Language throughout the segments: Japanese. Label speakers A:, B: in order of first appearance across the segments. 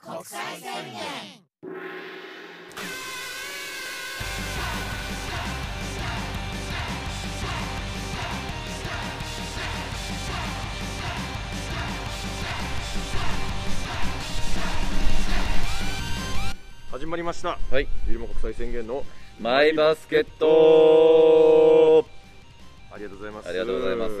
A: 国際宣言
B: 始まりました
C: はい
B: ゆるも国際宣言の
C: マイバスケット
B: ありがとうございます
C: ありがとうございます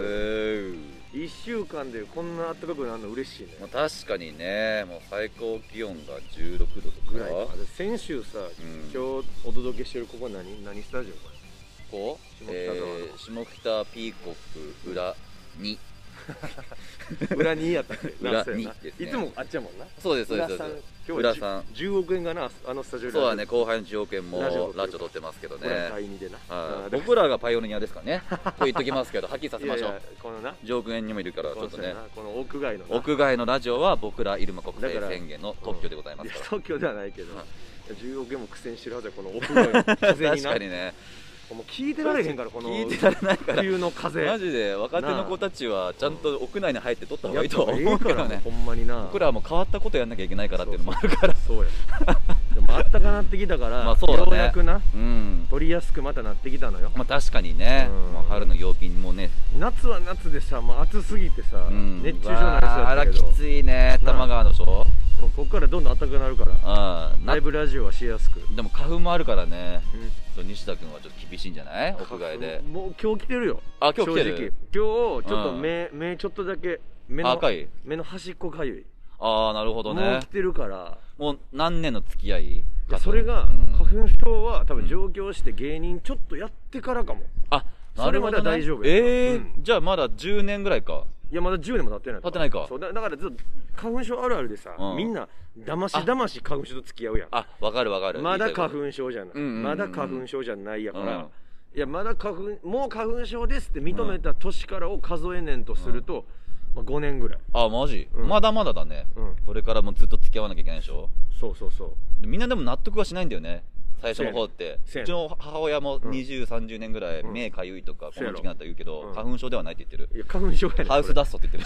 B: 1週間でこんな暖かくなるの嬉しいね
C: まあ確かにねもう最高気温が16度とか
B: ぐらいかで先週さ、
C: ん
B: 今日お届けしてるここは何何スタジオこれ
C: こう
B: 下北沢
C: え
B: の
C: ー下北ピーコック裏に
B: 裏にやったっけ
C: 裏
B: なんかそうやな
C: にですね
B: いつもあっちやもんな
C: そうですそうです
B: 裏さん
C: そうです
B: 今
C: 裏
B: 日
C: さ
B: は
C: ん
B: 10, 億円がなあのスタジオに
C: そう
B: あ
C: だ
B: る
C: ね後輩の条件も
B: ラジオ
C: ラジオ取ってますけどね
B: 裏第2でな
C: は
B: う
C: い
B: んだか
C: 僕らがパイオニアですからねと言っときますけどはっきりさ
B: ら
C: せましょ
B: いや
C: う
B: いやこのな
C: 上空園にもいるからち
B: こ
C: ょ
B: の
C: っと
B: そうや
C: ね
B: なこの屋外のな
C: 屋外のラジオは僕ら入間国
B: だ
C: 際
B: から
C: 宣言の特許でございま
B: い
C: す
B: や
C: から
B: 東京ではないけど
C: はい
B: 10億円も苦戦してるはずやこの屋外の風に
C: 確
B: な
C: かにね
B: もう聞いてられへんからこの
C: 聞いてられないから
B: 冬の風
C: マジで若手の子たちはちゃんと屋内に入って撮った方がいいとは
B: や
C: 思
B: っ
C: う
B: ぱ
C: け
B: ええ
C: ど
B: から
C: ね
B: ほんまにな
C: 僕らはもう変わったことやんなきゃいけないからっていうのもあるから
B: そうやでもあったかなってきたから、
C: まあそうだね
B: ようやくな
C: うん
B: 取りやすくまたなってきたのよ
C: まあ確かにね
B: うん
C: まあ春の陽気にもね
B: 夏は夏でさもう暑すぎてさ、
C: うん
B: 熱中症になりそう
C: わあ
B: や
C: ら
B: ったけ
C: き
B: ども
C: ついね多摩川のでしょ
B: うここからどんどん暖かくなるから
C: うんな
B: ライブラジオはしやすく、
C: でも花粉もあるからね
B: うん
C: ちょっと西田君はちょっと厳しいんじゃない屋外で
B: もう今日来てるよ
C: あ今日来てる
B: 正直今日ちょっと
C: うん
B: 目,、目ちょっとだけ目
C: あ
B: の
C: 赤い
B: 目の端っこかゆい
C: ああなるほど
B: もう
C: ね
B: 来てるから
C: もう何年の付き合い
B: いやそれが
C: うん
B: 花粉症は多分上京して芸人ちょっとやってからかも
C: あなるほ
B: それまだ
C: どね
B: 大丈夫やな
C: ええ
B: うん
C: じゃあまだ10年ぐらいか
B: いやまだ10年も経ってない
C: 経ってないか
B: そうだだからずっと花粉症あるあるでさ、
C: うん
B: みんなだましだまし花粉症と付き合うやん
C: あわかるわかる
B: まだ花
C: 言い
B: 粉症じゃない、
C: うんうんうんうん
B: まだ花粉症じゃないや
C: たい
B: か
C: こと
B: ら、
C: うん
B: いやまだ花粉もう花粉症ですって認めた年からを数えねんとすると、まあ、5年ぐらい
C: あマジ、
B: うん
C: まだまだだね、
B: うん
C: これからもずっと付き合わなきゃいけないでしょ
B: そうそうそう
C: でみんなでも納得はしないんだよね最初の方って
B: せやね
C: うち
B: ん
C: の母親も
B: うん
C: 2030年ぐらい
B: うん
C: 目かゆいとかこ
B: せや
C: の
B: ろ
C: 時期になったら言うけど、
B: うん
C: 花粉症ではないって言ってる
B: いや花粉症やねん
C: ハウスダ
B: す
C: ストって言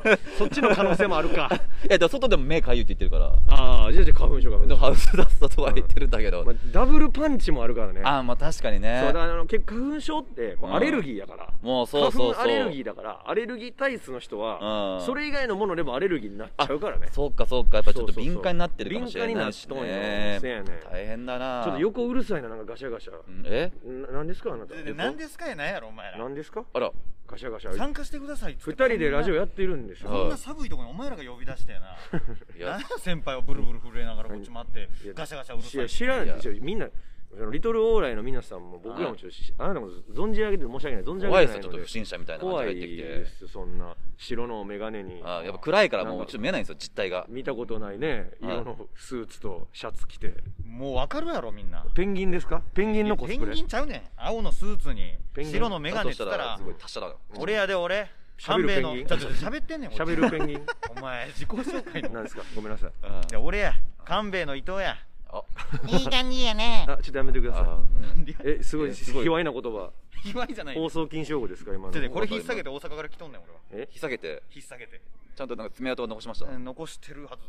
C: ってる
B: そっちの可能性もある か
C: いやでも外でも目かゆいって言ってるから
B: ああじゃあじゃあ花粉症花粉
C: で
B: 症
C: もハウスダストとは言ってるんだけど、
B: まあ、ダブルパンチもあるからね
C: あまあ確かに
B: そうだか
C: ね
B: らあの結構花粉症ってこう
C: うん
B: アレルギーやから、
C: もうそうそうそう
B: 花粉アレルギーだからアレルギー体質の人は、
C: うん
B: それ以外のものでもアレルギーになっちゃうからねち
C: そうかそうかやっぱちょっと
B: そうそうそう
C: 敏感になってるかもしれないし、ね、
B: 敏感になっとんよせやねん
C: 大変だな
B: ょっと横うるさいななんかガシャガシャ、
C: うんえ
B: ななんですかあなた
D: ででなんですかやないやろお前ら
B: なんですか
C: あら
B: ガシャガシャ
D: 参加してくださいっつ
B: 二
D: って
B: 人でラジオ
D: や
B: やってるんですよ、
C: は
D: こんな寒いとこにお前らが呼び出したよな
C: い
D: なん
C: や
D: や先輩をブルブル震えながらこっち待って
B: いや
D: ガシャガシャうる
B: いや
D: さい
B: 知らないですよみんなそのリトルオーライの皆さんも僕らもちょっとしあなたも存じ上げて申し訳ない存じ上
C: 怖い
B: げて
C: で
B: ないの
C: すよちょっと
B: で
C: 不審者みたいなの
B: 怖
C: が
B: い
C: 入ってきて
B: ですそんな白の眼鏡に
C: あやっぱ暗いからも
B: な
C: うん
B: か
C: ちょっと見えないんですよ実態が
B: 見たことないね
C: はい
B: 色のスーツとシャツ着て
D: もうわかるやろみんな
B: ペンギンですかペンギンのコス
D: ペ
B: プ
D: ン
B: レ
D: ギンちゃうねん青のスーツに
B: ペンギン
D: 白の眼
C: だと
D: 鏡っ
C: してた
D: った
C: ら
D: ら
C: すごい達者だな
D: 俺やで俺
B: 喋る
D: 三兵衛の
B: ペンギン
D: ちょちょ喋ってんねんこっち
B: 喋るペンギン
D: お前自己紹介
B: なん
D: の
B: ですかごめんなさい
C: うん
D: いや俺や官兵衛の伊藤や
C: あ
D: いい感じやね
B: あちょっとやめてくださ
C: あ
D: なんでや
B: いえすごい
C: いやすごい
B: 卑猥な言葉
D: 卑猥じゃない
B: 放
D: よ
B: 送禁止用語ですか今
D: ちょちょ
B: の
D: これ引っ提げて大阪から来とんねん俺は
B: え
C: 引っ下げて
D: 引っ提げて
C: ちゃんとなんか爪痕は残しました
D: 残してるはず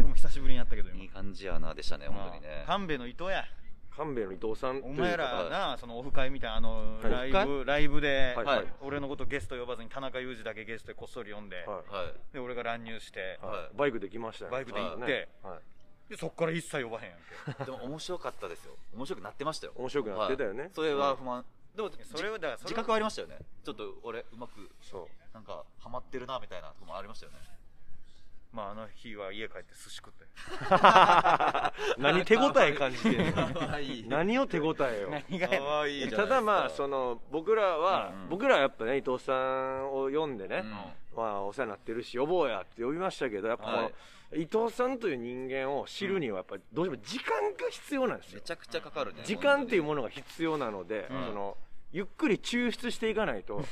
D: 俺も久しぶりにやったけど今
C: いい感じやなでしたね本当にね
D: 神戸の伊藤や
B: 勘兵衛の伊藤さんと
D: お
B: いう
D: 前
C: は
D: ら
C: い
D: なそのオフ会みたいなあの、
B: はい
C: オ
D: ラ
C: フ
D: イブライブで、
B: はいはい
C: はい
D: 俺のことゲスト呼ばずに田中裕二だけゲストでこっそり呼んで、
B: は
C: はい
D: で俺が乱入して、
B: い
C: は
B: はいいバイクで来ましたよ
D: バイクで行って、
B: ねはい
D: でそっから一切呼ばへんやんけ
C: でも面白かったですよ面白くなってましたよ
B: 面白くなってたよね
C: はいそれは不満でも
D: それはだからそれは
C: 自覚はありましたよねちょっと俺うまく
B: そう
C: なんかハマってるなみたいなとこもありましたよね
D: まああの日は家帰って寿司食って
B: 何手応え感じてんの
C: 可愛 い
B: 何を手応えを
D: 何がやねん
C: 可愛いじゃないですか
B: ただまあその僕らは
C: うんうん
B: 僕らはやっぱね伊藤さんを読んでね
C: うん
B: まあお世話になってるし呼ぼうやって呼びましたけどやっぱこの
C: は
B: 伊藤さんという人間を知るにはやっぱりどうしても時間が必要なんです
C: め
B: よ
C: ちゃくちゃかかるね
B: 時間っていうものが必要なので
C: うん
B: そのゆっくり抽出していかないと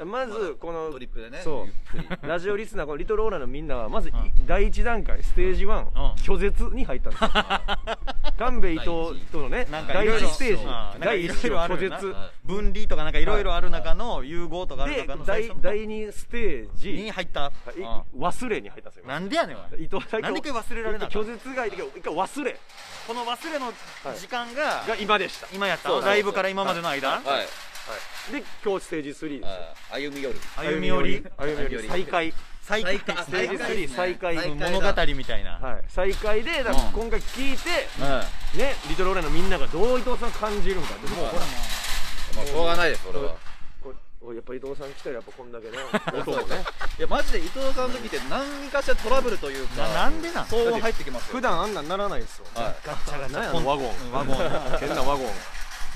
C: うん
B: まずこの
C: トリップでね
B: そう
C: ゆっくり
B: ラジオリスナーこのリトルオーラのみんなはまずい第一段階ステージ1
D: ん
B: 拒絶に入ったんですよ神戸伊藤とのね
D: なんか
B: 第
D: いろいろ
B: 1ステージ
D: うんなんか
B: 第
D: い
B: 1
D: ろ
B: 子
D: いろあ
B: を拒
D: るよな
B: 絶
E: は
D: 分離とかなんかいろいろある中の融合とかある
B: で
D: 中の最
B: 第
D: 初の
B: 第2ステー
D: に
B: ジ
D: 入った、う
B: い忘れに入ったんですよ
D: んなんでやねんお前
B: 伊藤だけ
D: なんで一回忘れられなかった
B: 拒絶がいいけど一回忘れ
D: この忘れの時間が、
B: が今でした
D: 今やった
C: そうそう
D: ライブから今までの間、
C: はい
B: で今日ステージ3です
C: あー歩み寄る
D: 歩み寄り
B: 歩み寄り再開
E: 再
D: 再開
E: 開
B: ステージ3再開
E: 再開
D: 物語みたいな、
B: はい再開でだから今回聞いて
C: うんま
B: ねリトルオーラのみんながどう伊藤さん感じるんかってもうほら
C: あしょうがないですそれは
B: これおいやっぱ伊藤さん来たらやっぱこんだけね音もね
C: いやマジで伊藤さんの時って何かしらトラブルというか
D: ななんでなん
C: 騒音入ってきますよ
B: 普段あんなんならないですよ
C: はい
D: ガッチャガチ
B: なんや
D: ャ
B: あのワ
D: ン
B: ゴン
D: ワゴン
B: 変なワゴン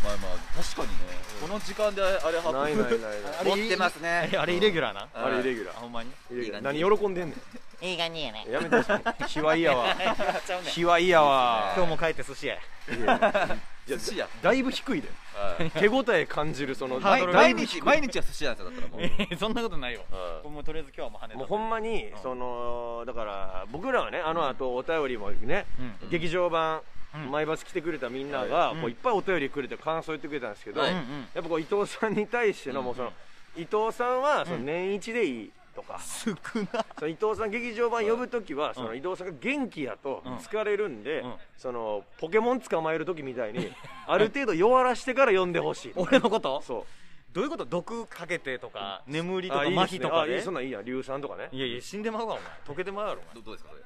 C: まあまあ確かにねこの時間であれ発
B: ないないないない
D: あれ
C: 持ってますね
D: えあれイレギュラーな
B: あれイレギュラ
D: あほんまに
B: ーイレギュラー
C: いい感じ
B: 何喜んでんね
F: いい感じやね
B: ん。やめてひわいや わ
D: ちゃうねん
B: ひわいやわ
D: 今日も帰って寿司へ
B: いや
C: 寿司や
B: だいぶ低いで
C: はい
B: 手応え感じるその
D: ハードルが
B: だい
C: 毎
B: ぶ
C: 日毎日は寿司なんですよだったらもう
D: そんなことないよ
C: はい
D: もうとりあえず今日はもう跳ねた
B: もうほんまに
D: うん
B: そのだから僕らはねあの後お便りもね
D: うん
B: 劇場版
D: うん
B: マイバス来てくれたみんなが
D: うん
B: こういっぱいお便りくれて感想言ってくれたんですけど
C: はい
D: うんう
B: やっ
D: ん
B: ぱこう伊藤さんに対してのもうその伊藤さんはその年一でいいとか
D: 少な
B: その伊藤さん劇場版呼ぶ時はその
D: うん
B: 伊藤さんが元気やと
D: うん
B: 疲れるんで
D: うん
B: そのポケモン捕まえる時みたいにある程度弱らしてから呼んでほしいと
D: 俺のこと
B: そ
D: どういうこと毒かけてとか眠
B: う
D: りとか
B: あいい
D: 麻
B: です
D: 痺
B: ね
D: とか
B: あい
D: で
B: いそんなんいいや硫酸とかね
D: いやいや死んでまうわお前溶けてまうやろ
C: どどうですかそれ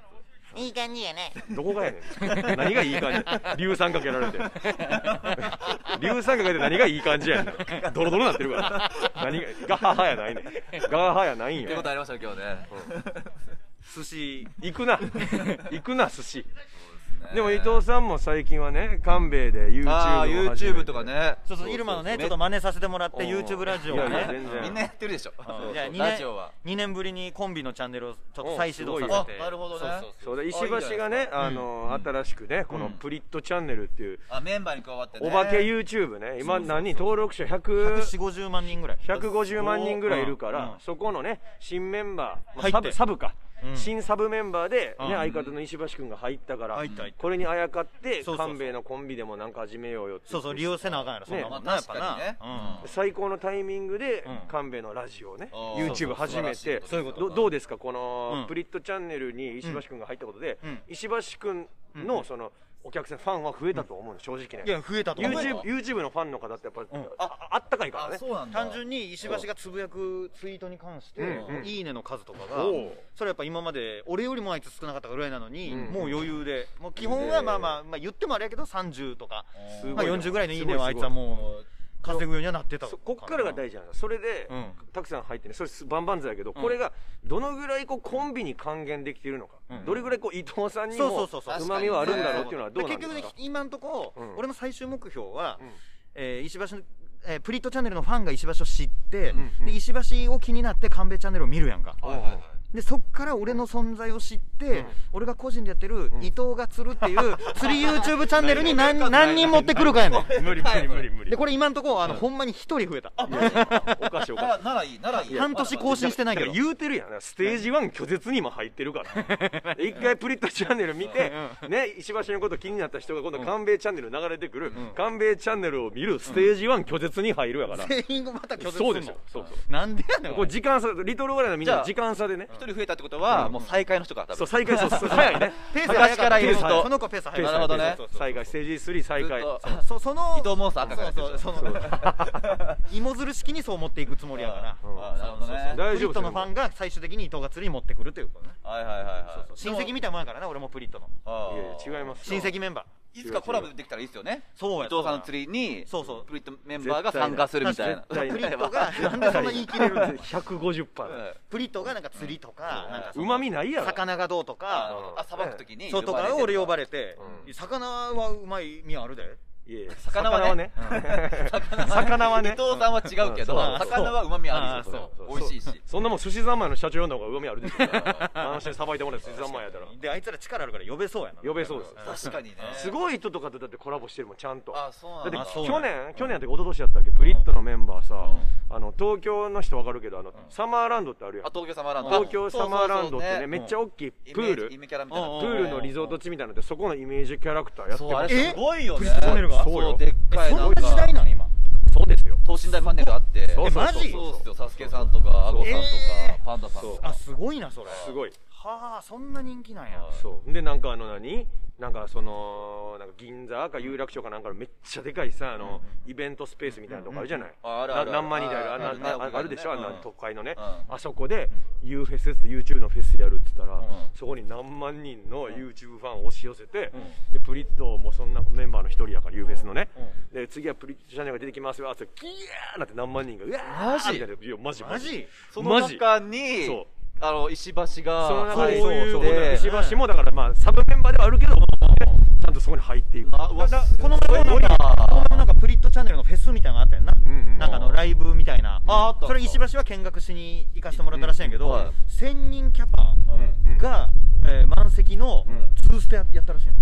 F: いい感じやね。
B: どこがやねん。何がいい感じ。硫酸かけられて。硫酸かけて何がいい感じやねん。ドロドロなってるから。何が、ガハハやないねん。ガハハやないん
C: ってこ
B: よ
C: と。ありましたね今日ね
D: お前寿司
B: 行くな。行くな、寿司。
C: ね
B: でも伊藤さんも最近はね、神戸で YouTube
C: ああ
B: を始めて
C: YouTube とか。ね
D: そうそうイルマのねちょっと
C: め
D: 真似させてもらっ
B: お
D: て
B: う
D: YouTube ラジオを
B: いやいや
D: ね
B: 全然
C: みんなやってるでしょ
D: うんじゃあ
C: そう
D: 二
C: そう
D: 年
C: ラジオは
D: 2年ぶりにコンビのチャンネルをちょっと再始動さ
B: お
D: せ
B: す
D: て
C: ごいあなるほどね
B: そうだ、石
C: あいいんじゃない
B: 橋がね、あの、新しくね、このプリットチャンネルっていう、
C: あメンバーに加わってね
B: お化け YouTube ね、今何登録者100
D: 1 4 5 0万人ぐらい
B: 150万人ぐらいいるから、
D: うんうん
B: そこのね新メンバー、まあ
D: 入って
B: サブサブか、
D: うん
B: 新サブメンバーで、ね
D: うん
B: 相方の石橋君が入ったから、
D: 入った入った
B: これにあやかって
D: そうそうそう
B: 神戸のコンビでもなんか始めようよって
D: そうそう利用せなあかんやろそんなもん
C: ね
D: な、やっぱな、
C: 確かにね
D: うん
B: 最高のタイミングで、
D: うん
B: 神戸のラジオをね
C: あー
B: YouTube 始めて
C: そういうこと
B: どどうですかこの、
D: うん
B: プリットチャンネルに石橋君が入ったことで、
D: うん
B: 石橋君の、そのお客さんファンは増えたと思うの正直ね
D: いや増えたと思う
B: YouTube, YouTube のファンの方ってやっぱ、
D: ん
B: ああったかいから
C: あ
B: ね
C: そうなんだ
D: 単純に石橋がつぶやくツイートに関して、
B: うんうん
D: いいねの数とかが
B: おう
D: それはやっぱ今まで俺よりもあいつ少なかったぐらいなのに、
B: うん
D: もう余裕でもう基本はまあまあ、まあ、言ってもあれやけど30とか、まあ、40ぐらいのいいねはあいつはもう稼ぐようにはなってた
B: そこっからが大事なんだそれで、
D: うん
B: たくさん入ってねそれすバンバンズやけど、これがどのぐらいこうコンビに還元できているのか、
D: うん
B: どれぐらいこう伊藤さんに
D: そうそ
B: も
D: うそうそう
B: うまみはあるんだろうっていうのはどうなんです
D: 結
B: か
D: 局ね今のところ、
B: うん
D: 俺の最終目標は、
B: うん
D: えー石橋のえープリットチャンネルのファンが石橋を知って、
B: んうん
D: で石橋を気になって神戸チャンネルを見るやんか、
B: はいはいはい
D: でそっから俺の存在を知って、俺が個人でやってる伊藤が釣るっていう、 釣り YouTube チャンネルに何何人持ってくるかやねん
B: 無理無理無理無理
D: でこれ今のところあの、ほんまに一人増えた
B: おかしいお
C: な
B: から
C: ならいいならいい
D: 半年更新してないけ
B: し
D: ど
B: い言うてるやんステージ1拒絶に今入ってるから 一回プリットチャンネル見て、ね、石橋のこと気になった人が今度神戸チャンネル流れてくる、神戸チャンネルを見るステージ1拒絶に入るやから、
D: 全員がまた拒絶する
B: そう
D: の
B: でしょそうそう
D: なんでやねん
B: こ
D: お
B: れ
D: い
B: 時間差リトルオーライのみんなの
C: じゃあ
B: 時間差でね
C: 一人増えたってことはもう再開の人か多
B: そう再
C: 分
B: 開そうそう早い ね
D: ペースが早
C: 昔からいる
D: る
C: 人
D: その子ペース早い
C: なるほどね
D: そうそうそう
B: 再開ステージ3再開
C: ずっと
D: そその
C: 伊藤モンスターあったから
D: そうそう その芋づる式にそう持っていくつもりやから、
B: うん
C: あなるほどね
B: 大
D: プリ
B: 丈夫
D: ットのファンが最終的に伊藤が釣りに持ってくるということね
C: はいはいはいはい
D: 親戚みたいなもんやからな俺もプリットの
B: いやいや違い
C: す
B: ます
D: 親戚メンバ
C: いつかコラボできたらいいですよね
D: ーそ
C: 伊
D: うや
C: 藤さんの釣りに
D: そうそう
C: プリットメンバーが参加するみたいな
B: 絶対
D: プ
B: に
D: リ ットがなんでそんな言い切れるの
B: 150パー
D: プリットがなんか釣りとかなんかその
B: うまみないやろ
D: 魚がどうと
C: あ
D: か
C: あさばくときに
D: そうとかを俺呼ば
C: れ
D: れて魚はうまい身あるで
B: いやいや
C: 魚はね
B: 魚はね 魚はね
C: 伊藤さんは違うけど、
B: うんそう
C: 魚は旨味あるで
B: あ
C: しょ
B: ーそう
C: それは美味しいし
B: そんなもん寿司三昧の社長の方がうまみあるでしょあの人にさばいてもらって寿司三昧やったら
D: であいつら力あるから呼べそうやな
B: 呼べそうです
C: 確かにね
B: すごい人とかとだってコラボしてるもんちゃんと
C: あそうな
B: だっ
C: ん
B: て
C: だ
D: あそう
B: 去
D: なんだ
B: 年去年って一昨年やったっけブリットのメンバーさあの東京の人わかるけどあのサマーランドってあるやん
C: あ東京サマーランド
B: 東京サマーランドってねめっちゃ
C: 大
B: 大きいプール
C: イメキャラみたい
D: うん
C: な
B: プールのリゾート地みたいなのってそこのイメージキャラクターやって
C: そうあ
B: ま
C: れ
B: す
D: え
C: すごいよね
D: 富士トンネルが
C: そうでっかい
D: そ
C: なんん
D: な
C: か
D: 時代なの今
B: そうですよ
C: 等身大パネルがあって
B: そうそうそう
D: えマジ
C: そうっすよサスケさんとかアゴさんとか
D: え
C: パンダさんと
D: あ
C: か
D: すごいなそれ
B: すごい
D: はあそんな人気なんや
C: はい
B: そうでなんかあの何なんかそのなんか銀座か有楽町かなんかのめっちゃでかいさあのイベントスペースみたいなとこあるじゃない
C: ああるあ
B: な
C: る
B: 何万人であるあ
C: あ
B: ん
C: る
B: な
C: ね
B: ああるでしょあ
C: うん
B: んな都会のね
C: うん
B: あそこで U フェスって YouTube のフェスやるって言ったら
C: ん
B: そこに何万人の YouTube ファンを押し寄せてでプリットもそんなメンバーの一人やから U フェスのねで次はプリットチャンネルが出てきますよってギヤーなって何万人がうわー
C: マジ
B: みたいないやマジ
D: マジ
C: その
B: マジ
C: 中に
B: そう
C: あの石橋が
B: その中で
C: そういう
B: そう
C: で
B: そう石橋もだからまあサブメンバーではあるけどもちゃんとそこに入っていく
C: あうわ
D: だ
C: す
D: この前
C: ご
D: も
C: い
D: なん
C: な
D: かこの前もなんかプリットチャンネルのフェスみたいなのあったやんな、
B: んうん
D: なんかあのライブみたいな、
C: ああった
D: それ石橋は見学しに行かせてもらったらしいんやけど、
C: うんはい
D: 1000人キャパが、えー満席のツーステやったらしいんや、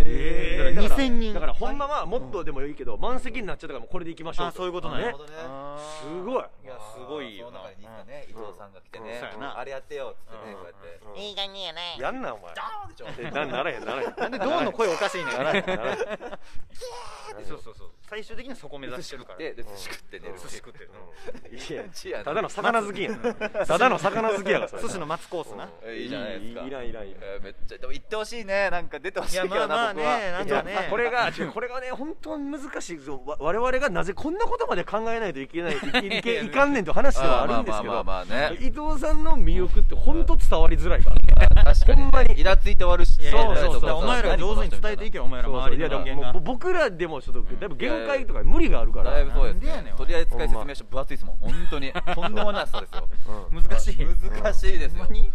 B: え
D: だから2000人
B: だからほんまはもっとでもいいけど、満席になっちゃったからもうこれでいきましょう
D: あそういうことなん
B: ね
C: な
D: や
C: るほどね
B: すごい
C: いやすごいよなその中にいつかね伊藤さんが来てね
B: そうや
D: な
C: あれやってよっつってねこうやって
F: いい感じやね。
B: やんなお前
C: あーでしょ
B: えなならへんならへんな
D: でどうの声おかしいねん
B: らへんならへん
D: そうそうそう最終的にはそこ目指してるから
C: でで寿司食って寝る
D: 寿司食ってる
B: いや
C: ちやな
B: ただの魚好きやんただの魚好きやからそれ
D: 寿司の松コースな、
C: えいいじゃないですか
B: いいいらんいらんいらん
C: えーめっちゃでも行ってほしいねなんか出てほしいけ
D: いや
C: どな
D: まあまあね
C: 僕は
D: なん
B: い
D: か
B: や
D: ね
B: これが違うこれがね本当に難しいぞわ我々がなぜこんなことまで考えないといけないいいいけいかんねんという話ではあるんですけ
C: まあ
B: ど
C: まあまあまあね
B: 伊藤さんの魅力って本当伝わりづらいから
C: 確かに、ね、
B: ほんまに
C: イラついて終わるし
D: いやいや
B: そうそうそう
D: だからお前らが上手に伝えていけよお前ら周りの
B: いや
D: 人
B: でも
D: 間
B: も
D: が
B: う僕らでもちょっとだいぶ限界とか無理があるから
C: だいぶそうです、ね、
D: なんでやねんおい
C: とりあえず使い説明書分厚いですもん本当 にとんでもない厚さですよ
D: 難しい
C: 難しいですよ
D: ほんまに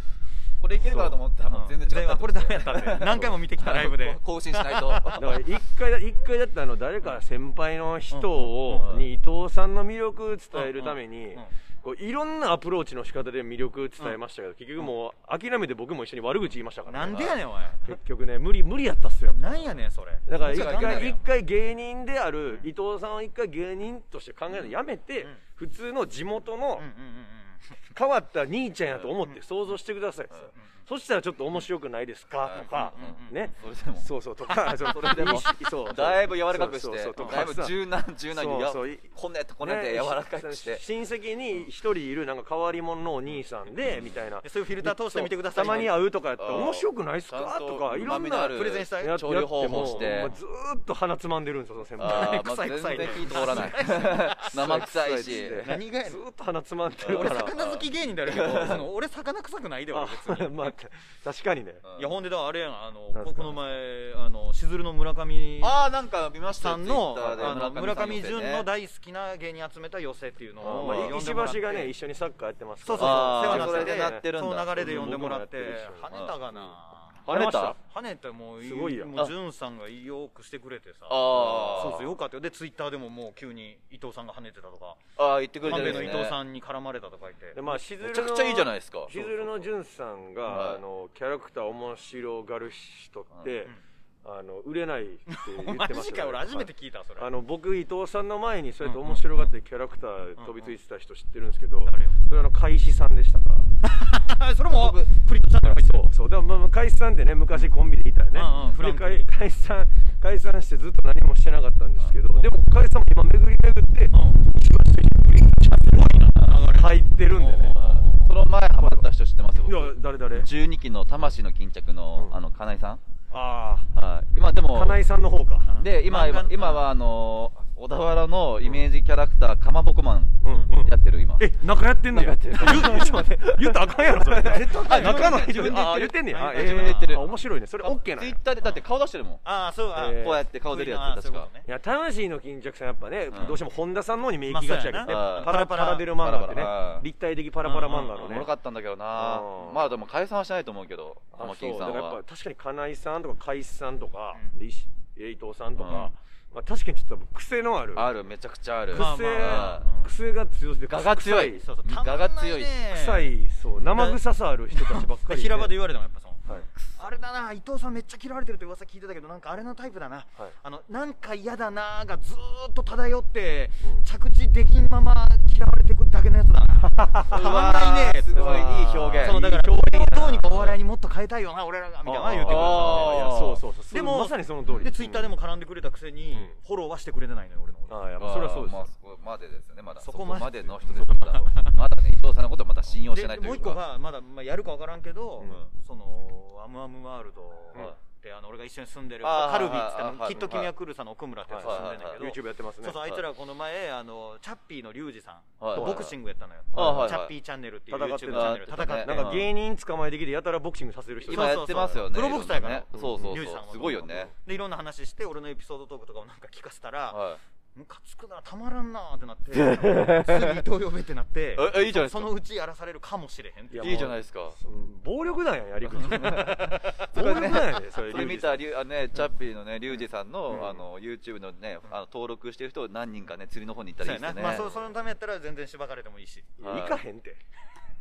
C: これいけるかなと思ったらもう全然違った、
D: うんあこれダメやったっ て何回も見てきたライブで
C: 更新しない と
B: だから一回だ一回だってあの誰か先輩の人をに伊藤さんの魅力伝えるためにこういろんなアプローチの仕方で魅力伝えましたけど結局もう諦めて僕も一緒に悪口言いましたから
D: な
B: ね
D: んでやねんお前
B: 結局ね無理無理やったっすよ
D: なんやねんそれ
B: だから一
C: こっちが考え
B: 回
C: ろ
B: 一回芸人である伊藤さんを一回芸人として考えるのやめて普通の地元の
D: うんうんうん
B: 変わった兄ちゃんやと思って想像してください、そしたらちょっと面白くないですかとか、ね
C: それでも
B: そうそうとかそう
C: それでも
B: いいしそう
C: だいぶ柔らかくして
B: そうそうそうとか
C: だいぶ
B: さ
C: 柔軟柔軟にや
B: そうそう
C: こねてこねて柔らかくして、
B: ね親戚に一人いるなんか変わり者のお兄さんでみたいな
D: そういうフィルター通して見てください
B: たまに会うとかやったら
C: うん
B: 面白くないっす
C: ち
B: か
C: ゃん
B: とかいろん
C: 旨味のあ
B: な
C: る
D: プレゼンしたい
B: や
C: 調理方法して
B: やってもずーっと鼻つまんでるんですよその先輩
C: あーま
D: 臭い
C: 全
D: 臭い
C: 然火通らない生臭いし
D: 何がやねん
B: ずーっと鼻つまんでるか
D: 俺
B: ら
D: 魚好き芸人であるけどその俺魚臭くないで俺別に
B: あ まあ確かにね
C: うん
D: いやほんでだからあれやんあ
B: な
D: の
B: んす
D: こ
B: か
D: この前あのしずるの村上
C: ああなんか見ました
D: さ
C: よ
D: んの
C: Twitter で
D: あの村上
C: さん寄せ
D: 淳
C: ね
D: の大好きな芸人集めた寄せっていうの
B: ま
D: を
B: あ
C: うん
D: 呼ん
B: 石
D: でもらって
B: 橋がね一緒にサッカーやってますか
D: そ
B: ら
D: うそうそ
C: あーそれ
D: う世話になって
C: でなってるんだ
D: その流れで呼んでもらって
B: 僕
D: 跳ねたがな
B: 晴れました
D: 跳ねてもう
B: すごいやん
D: もう淳さんがよくしてくれてさ
C: あー
D: そうそうよかったよでツイッターでももう急に伊藤さんが跳ねてたとか
C: ああ言ってくれて
D: 神
C: る
D: 戸
C: んで
D: の
C: す
D: 伊
C: ね
D: 藤さんに絡まれたとか言って
B: でまあしずるの
C: めちゃくちゃいいじゃないですか
B: しずるのじゅんさんが、
C: はい
B: あのキャラクター面白がる人って、あの売れないって言っ
D: マ
B: てまし
D: ジ
B: た
D: かよ俺初めて
B: はい
D: 聞いたそれ
B: あの僕伊藤さんの前にそうやって面白がってキャラクター飛びついてた人知ってるんですけど、
D: 誰よ
B: それあの海士さんでしたから
D: あそれもプリットチャンネル入って
B: そうそうでもまあまあ海士さんでね昔コンビでいたよね、
D: うんうんフラン
B: で
D: クに
B: 海海士さん解散してずっと何もしてなかったんですけど、でも海士さんも今巡り巡って入ってるんでね、
C: その前ハマった人知ってます
B: いや
C: 僕
B: 誰誰
C: 12期の魂の巾着の、あの金井さん
B: あ
C: はい今で
B: あ
C: も
B: 金井さんの方か、
C: で今
D: 漫画の
C: 今はあのー小田原のイメージキャラクターかまぼこマン
B: うんうん
C: やってる今
B: え、中やってんの
C: 中やってる
B: 言う言うちょっと待って言ったらあかんやろ、それ。
C: あ
B: 中の
C: 自分で言ってる
B: あ言ってんねや。あ
C: 自分で言ってる
B: えーあ面白いね。それオッケーなん
C: ツイ
B: や
C: ッ。ターでだって顔出してるもん
D: ああそうあ
B: えー
C: こうやって顔出るやつ確か
B: いや、魂の巾着さんやっぱね、
C: うん
B: どうしても本田さんの方に目行きがちやけどね。
C: まあそうやな
B: パラパラ出る漫画って
C: パラパ
B: ね
C: ラ。
B: 立体的パラパラ漫画の
C: おもろ
B: ね
C: か。ったんだけどな
B: うん
C: まあでも解散はしないと思うけど
B: あ
C: 玉
B: そう
C: 金さ
B: だか
C: ん
B: らやっ
C: は
B: ぱ確かに金井さんとか海士さんとか、で石伊藤さんとか、ままあ、確かにちょっと癖のある
C: あるめちゃくちゃある
B: 癖、
C: ま
G: まあまあうん
B: 癖が強すぎて
C: 我が強い
B: 臭
D: そうそう
C: うん
D: たまん
C: 我が
D: ない
C: 強い
D: ね
C: し
B: 臭いそう生臭さある人たちばっかりで、
D: で平場で 言われてもやっぱその
B: はい
G: あれだな伊藤さんめっちゃ嫌われてるって噂聞いてたけどなんかあれのタイプだな、
B: はい
G: あのなんか嫌だなーがずーっと漂って、
B: うん
G: 着地できんまま嫌われてくだけのやつだなたまんないねー
C: すごいいい表現
G: そのだから
B: いい表
G: これ
B: 現や
G: を
B: な
G: どうにかお笑いにもっと変えたいよな俺らがみたいなの言ってくれ
C: あー
G: た
B: いやそうそうそう
D: で
B: で
D: も
B: もまさにその通り
D: でツイッターでも
B: うん
D: 絡んでくれたくせに、
B: うん
D: フォローはしてくれてないのよ俺のこと
B: ああやっぱそれはそうです
H: まあ
B: よ
H: そこまでですねまだ
G: そ
H: そ
G: こ
H: こ
G: まで
H: までの人ですまだまだね伊藤さんのことをまた信用してないと
D: で
H: い
D: もう
H: う
D: 一個
H: か
D: がまだ、まあ、やるか分からんけど、
B: うん
D: そのアムアムワールド
B: うん
D: で、あの俺が一緒に住んでる
C: あー
D: カルビーっつっ
C: はい
D: てあ
C: はい
D: の
C: はい
D: きっと君は来るさんの奥村ってやつが住んでんだけど、
C: はい
B: YouTube やってますね
D: そうそうあいつらこの前あのチャッピーのリュウジさん
C: はい
D: とボクシングやったのよ、
C: はいはい
D: チャッピーチャンネルっていう
B: 戦
D: YouTube
B: っ
D: チ
B: て
D: ャ
B: る
D: ンネル戦って
C: 戦って
B: な
C: る
B: んか芸人捕まえてきてやたらボクシングさせる人
D: そう
C: 今
D: そう
C: や
D: そう
C: ってますよね
D: プロボクサーやから
C: いろいろねそう
D: リ
C: そ
D: ュウ
C: う
D: ジ
C: そ
D: さんは
C: うすごいよね
D: でいろんな話して俺のエピソードトークとかをなんか聞かせたら、
C: は
D: ムカつくなたまらんなーってな ってすぐ伊藤呼べってなって
C: いええいいじゃないです
D: そ
C: か
D: のうちやらされるかもしれへんっていう
B: や
C: いいじゃないですか
B: うん暴力団やんやり口 暴力団やでそれ
C: それ見
B: リュウジさ
C: た
B: ん
C: リュウあねチャッピーのねリュウジさんの、
B: うん
C: あの YouTube のねあの登録してる人を何人かね釣りの方に行った
D: そう
C: らい
D: や
C: いです
D: な、
C: よね。
D: まあそそのためやったら全然しばかれてもいいし
B: いや行かへ んて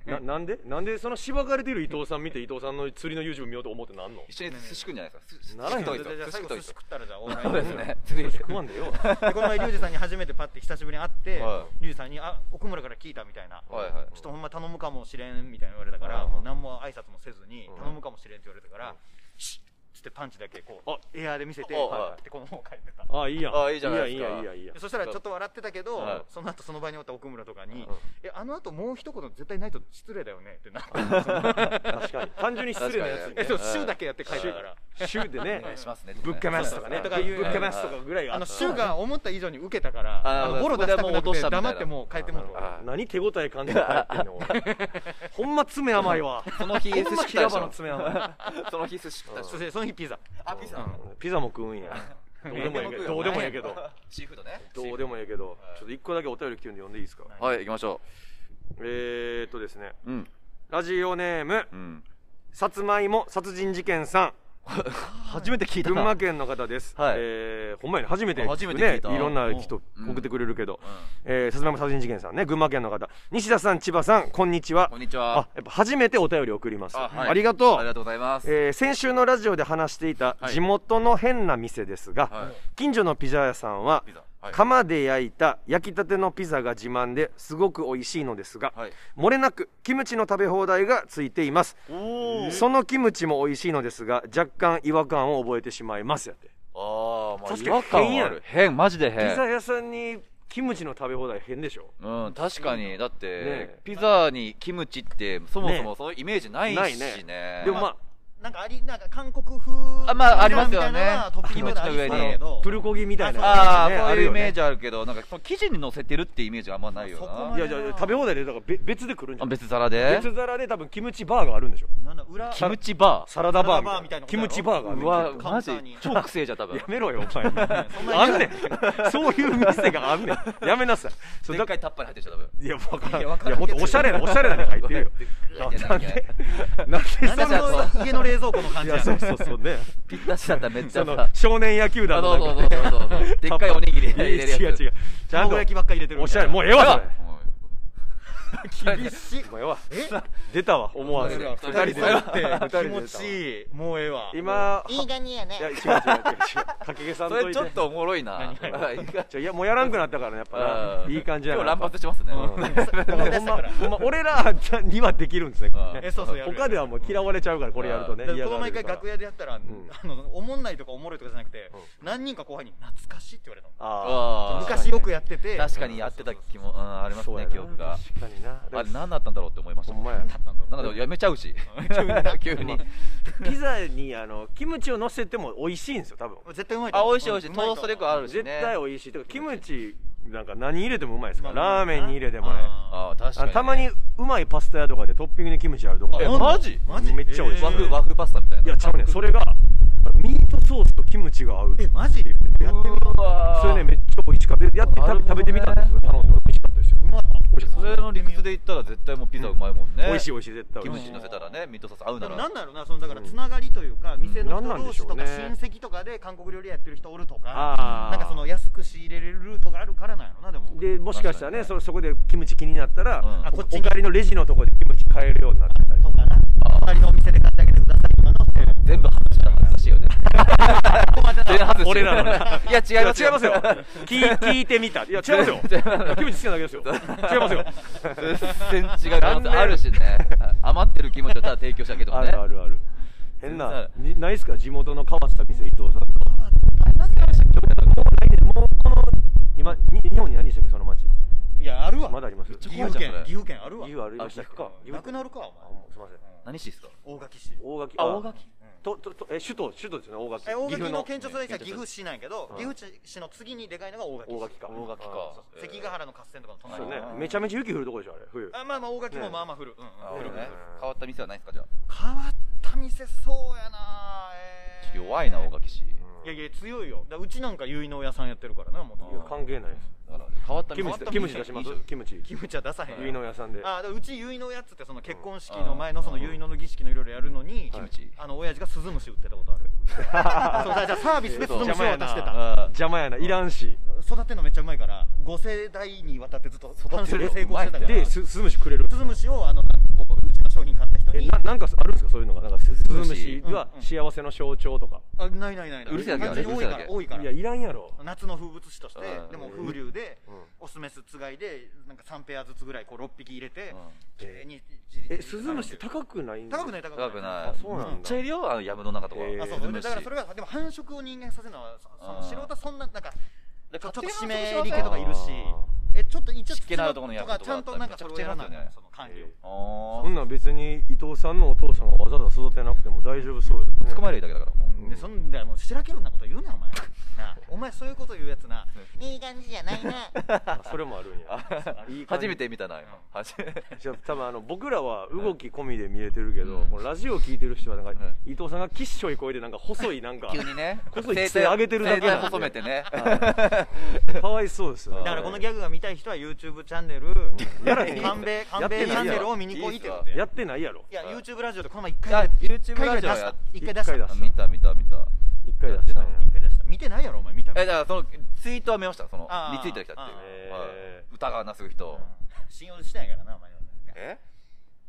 B: ななんでなんでそのしばかれてる伊藤さん見て伊藤さんの釣りの YouTube 見ようと思ってなんの
C: 一緒に寿司食うんじゃないですか。すす
B: ならへん
C: しと
D: じ
C: いと
D: ゃあ
C: 寿司
D: 最
C: 食
D: 後
C: う
D: 寿司
C: と
D: 食ったらじゃあオンライ
C: そう
D: ンで
C: ですね。釣り
B: 食わんで よ
D: でこの前リュウジさんに初めてパッて久しぶりに会って、
C: は
D: リュウジさんに「あ奥村から聞いた」みたいな、
C: はいはい
D: ちょっとほんま頼むかもしれん」みたいな言われたから、
B: うん
D: もう何も挨拶もせずに
B: うん
D: 「頼むかもしれん」って言われたから「シッ」つってパンチだけこう
B: あ
D: エアーで見せて
C: お
D: パン
C: はい
D: ってこの方帰ってた
B: ああいいやん
C: あいいじゃないで
B: い
C: すか
B: やいやいやいや
D: でそしたらちょっと笑ってたけど、
C: はい
D: その後その場におった奥村とかに「
B: ん
D: えあの後もう一言絶対ないと失礼だよね」ってなって
B: 確かに単純に失礼なやつに
D: え
B: ね
D: でも週だけやって帰ったから。
B: シューでね
C: お願いしますね。
B: ぶっかますと かね
D: と
B: ぶ
D: かいう
B: っかますとかぐらいが
D: あ
B: あ
D: の
B: った
D: 週が思った以上に受けたから、
C: あ
D: あのボロ出したくな
C: そこでもう落
D: く
C: と
D: て
C: したみたいな
D: 黙ってもう帰ってもうた
C: あ
B: 何手応え感じて帰ってんの 俺ほんま爪甘いわ
C: その日
B: ほんま
C: 寿司食っ
B: 平
C: たでし
B: 場の
C: ょ。
B: 爪甘
C: その日寿司食ったでし
D: そしてその日ピザ。
C: ょ。ピザ。
B: いピザも食うんやどうでもええけどどうでもええけど
C: シーフードね。
B: どうでもええけどちょっと一個だけお便り来てるんで読んでいいですか
C: はい行きましょ
B: えーっとですね
C: う。うん
B: ラジオネーム
C: うん。
B: さつまいも殺人事件さん
C: 初めて聞いた
B: 群
C: な。
B: 馬県の方です、
C: はい
B: えーほんまに初めて、ね、
C: 初めて聞いた
B: いろんな人
C: うん
B: 送ってくれるけど、
C: うん
B: えーさつまいも殺人事件さんね群馬県の方西田さん千葉さんこんにちは
C: こんにち
B: あ
C: は。
B: やっぱ初めてお便り送りますあ,、
C: はい
B: りがとう
C: ありがとうございます。
B: えー先週のラジオで話していた
C: はい
B: 地元の変な店ですが、
C: はい
B: 近所のピザ屋さんは
C: ピザはい
B: 窯で焼いた焼きたてのピザが自慢ですごく美味しいのですが、
C: はい
B: 漏れなくキムチの食べ放題がついていますそのキムチも美味しいのですが若干違和感を覚えてしまいますやって
C: ああまあ
B: 確
C: 違
B: かに
C: 和感
B: 変や
C: はあ
B: ろ
C: る。変マジで
B: ピザ
C: 変。
B: 屋さんにキムチの食べ放題変でしょ
C: うん確かにだっ
B: え
C: てピザにキムチってそもそもそのイメージない
B: ない
C: し
B: ね
C: ね。
B: でもま
D: なんかありなんか韓国風
C: あまあありますよね
D: みたいなのはトッピングでありそうだけ
B: あ
D: ど
B: プルコギみたいな
C: ああ、
B: ね
C: こ
B: る
C: ういうイ
B: よね
C: メージあるけど、なんかその生地に乗せてるってイメージがあんまないよ
D: そこま
C: な
D: で。
B: いやじゃあ食べ放題でだからべ別で来るんじ
C: あ
B: ゃない
C: 別皿で
B: 別皿で多分キムチバーがあるんでしょ
D: なんだ裏
C: キムチバ
B: サラダバーみ
D: サラダバーみ
B: た
D: た
B: いな
D: いな
B: キムチバーがあ
C: ー。
B: る
C: うわ、
D: カウ
C: マ
D: ンタ
C: ジ
D: ーに
C: 超苦情じゃ多分
B: や。めろよ、お前。あんねん。そういう店があんねん。やめなさい。そうだ
C: で
B: か
C: っかいタッパーに入ってるでしょ、多分。
B: いや、わかんない。い
D: わかんない
B: や、もっとおしゃれな、おしゃれなの入ってるよ。
C: 入ってないね
B: なんで
D: なんかその家の冷蔵庫の感
B: い
D: じや
B: や、
D: ね
B: そうそうそうね。
C: ぴったしだったらめっち
B: そ
C: ゃ
B: の
C: さ。
B: 少年野球
C: あ
B: 団
C: そ
B: の
C: う
B: 中
C: そう
B: で
C: そう そうそう。でっかいおにぎり入れるやつ。
B: いや違う違う。ちゃん
D: 卵焼きばっかり入れて
B: と
D: る
B: おしゃれ。もうええ
C: う
B: わ
C: わ、
B: それ。もうえ
D: き厳しい
B: えわ。
D: え
B: 出たわ、思わず。
C: 二人で
B: 二人で
D: だっ
B: 出た
D: て
B: わ
D: 気持ちいいもうええわ
B: 今、
F: いいガニやね
B: いや、違う違う違う違う。かけげさん
C: そ
B: と
C: れ
B: い。
C: ちょってとおもろいな。
B: ちょいや、もうやらんくなったからね、やっぱ
C: う
B: な。
C: ん
B: いい感じや
C: 今
B: な
C: 日乱発してますね。
B: ほんまほんま俺らにはできるんですね。これね
D: えそうそうやる
B: 他ではもう嫌われちゃうからこれやるとね
D: だから
B: 嫌
D: この
B: がられ
D: 毎
B: る
D: 回
B: から
D: 楽屋でやったら、
B: ん
D: あのおもんないとかおもろいとかじゃなくて、何人か後輩に懐かしいって言われたの
B: あ
C: あー
D: 昔よくやってて
C: 確かにやってた気も、うん、あり
B: あ
C: ますね、記憶が。
B: 確かにな
C: あれ何だったんだろうって思いまし
B: ほ
C: た
B: ん
C: も
B: ま
C: ん。
B: や
C: なんかやめちゃうし。 急に。
B: ピザにあのキムチを乗せても美味しいんですよ多分
D: 絶対うまいと
C: あ、
D: 思う
C: 美味しい美味しい。
D: う
C: ト
D: まと思う
C: ースト力あるしね。
B: 絶対美味しいてかキムチなんか何入れてもうまいですから
D: まあ
B: ラーメンに入れてもね
D: あ
C: あー確かに、
B: あたまにうまいパスタ屋とかでトッピングにキムチあるとこ
C: え
B: い
D: ー
C: マジ
D: マジ
B: めっちゃ美味しい
C: 和風和風パスタみたいな
B: やちゃうねんそれがミートソースとキムチが合う
D: えーえマジやってみよう
C: うわ
B: それね
C: め
B: めっちゃ美味しかったやって
C: なるほどね
B: 食べてみたんですよ頼んで美味しかったですよ
D: うまい
A: それの理屈で言ったら絶対もうピザうまいもんね、
B: 美味しい美味しい絶対
A: キ
B: 美
A: ム
B: 味し
A: チ
B: い
A: 乗せたらねミートソース合う
D: で
A: な
D: も
A: ら
D: なんだろうなそのだからつながりというか、店の
B: なんな
D: 人
B: んで
D: 同
B: しょ
D: 士
B: う
D: と
B: ね
D: か親戚とかで韓国料理やってる人おるとか
B: あ
D: なんかその安く仕入れれるルートがあるからなんやろなでも
B: でもしかしたらねそそこでキムチ気になったら、
A: うん
B: あ
D: あ
B: こ
D: こ
B: っ
D: っ
B: ち
D: ち
B: に
D: に
B: お帰りのレジのとこでキムチ買えるようになってたり
D: とかな隣のお店で買ってあげてくださいとかの
A: 全部外したら外しよね
D: ここまでだ
A: 全外しよ
B: 俺らのない
A: や違います
B: 違いますよ聞い聞いてみたいや 違いますよ
A: 全然
B: キムチ好きなだけですよ違いますよ
A: 全然違い
B: 残
A: ます
B: 念
A: あるしね余ってるキムチをただ提供しただけどね
B: あるあるある変なにないっすか地元の変わった店伊藤さんもうないでもうこの今に日本に何でしたっけその町
D: いやあるわ
B: まだあります
D: 岐阜県岐阜県あるわ
B: 岐阜ありましたっけ
A: あ岐阜か
B: 岐
D: な
B: 阜
D: くなるかお
B: あもうすいません
A: 何市ですか
D: 前大垣市
B: 大垣
A: あ大垣
B: とととえ首都首都ですよね大垣
D: え大
B: 岐
D: 垣
B: 阜
D: の県庁所在地は岐阜市なんやけど、岐阜市の次にでかいのが大垣市
B: 大垣か
A: 大垣か
B: あ
D: そう関ヶ原の合戦とかの
B: ー
D: 隣
B: そうね
D: あ
B: めちゃめちゃ雪降るとこでしょあれ冬
D: まあまあ大垣もまあまあ降る、うんうん
A: あ
D: 降
A: 俺
D: る
A: ね
D: 降る
A: 変わった店はないですかじゃ
D: 変わった店そうやな、
A: あ
D: えー
A: 弱いな大垣市
D: いやいや強いよだからうちなんか結納屋さんやってるからなも
B: いや
D: う
B: 関係ないです
A: だから変わった
B: キム
A: 店
B: チキムチ出します
A: いいでょ
B: キムチ
D: キムチは出さへん
B: 結納屋さんで
D: あだからうち結納屋っつってその結婚式の前のその結納の儀式のいろいろやるのに、
A: キムチ
D: あの親父がスズムシ売ってたことあるそうだからサービスでスズムシを渡し
B: 邪魔
D: て
B: や
D: た
A: あ
B: 邪魔やないらんし
D: 育てるのめっちゃうまいから5世代にわたってずっと育てる成功してたから
B: で
D: ス
B: すスズムシくれる
D: ズムシをあのこううちの商品買った人
B: え
D: に
B: ななんかあるんですかそういうのがなんかススズムシ
D: うん
B: は幸せの象徴とか
D: あないないないないう
A: るせえだけだね
D: 完
A: うるせえ
D: 全に多いか
A: だ
D: ら
A: け
D: 多いか
B: い
D: ら
B: やいらんやろ
D: 夏の風物詩として
A: うん
D: でも風流で
B: うん
D: オスメスつがいでなんか3ペアずつぐらいこう6匹入れて
B: うん
D: 綺麗にじりじり
B: えスズムシって高くないんです
D: 高くない高くな
A: 高
D: い
A: く
B: あ
A: ない
B: そうなんだ
A: めっちゃいるよあの藪の中とか
B: へえ
D: あ
A: ス
D: そ
A: ズ
D: う
A: ム
D: で
A: シ
D: だからそれはでも繁殖を人間させるのはそその素人はそんななんか
A: で
D: ちょっ
A: 勝
D: と
A: 手に
D: 湿
A: 繁殖しま
D: り気
A: せん
D: とかいるしえちょっと一応
A: 湿気のあ
D: 土
A: るところにやるとか
D: ちゃんとなんかそれをやらない
A: めちゃくちゃいます
D: その管理を
A: あ
B: そんなん別に伊藤さんのお父さんはわざわざ育てなくても大丈夫そうよ、
A: あ
B: ね、
A: 捕まえるだけだからもう
D: でそんだもうしらけるようなこと言うなお前なあお前そういうこと言うやつない
F: い感じじゃないな。
B: あそれもあるんやいい感じ
A: 初めて見たな今 初めて
B: じゃあ多分あの僕らは動き込みで見れてるけど、このラジオ聞いてる人はなんか、
A: う
B: 伊藤さんがきっしょい声でなんか細いなんか
A: 急に ね
B: 細い規制上げてるだけ
A: 声帯細めてね
B: かわいそうですよね
D: だからこのギャグが見たい人は YouTube チャンネル勘弁勘
B: やってない
D: 弁チャンネルを見に来いってこと
B: やってないやろ
D: いや YouTube ラジオでこの前一
A: あ
D: 回
A: YouTube ラジオや
D: 一回出し
B: 一
D: た
B: 回出
D: 一
B: した
A: 見た見た見た
B: 一回出してないやん
D: 回出した見てないやろお前見た
A: えだからそのツイートは見ましたその
D: あー
A: リツイートできたっていう、
B: あー
A: はい
B: へ
A: 疑わなす人、
D: 信用してないからなお前は
A: え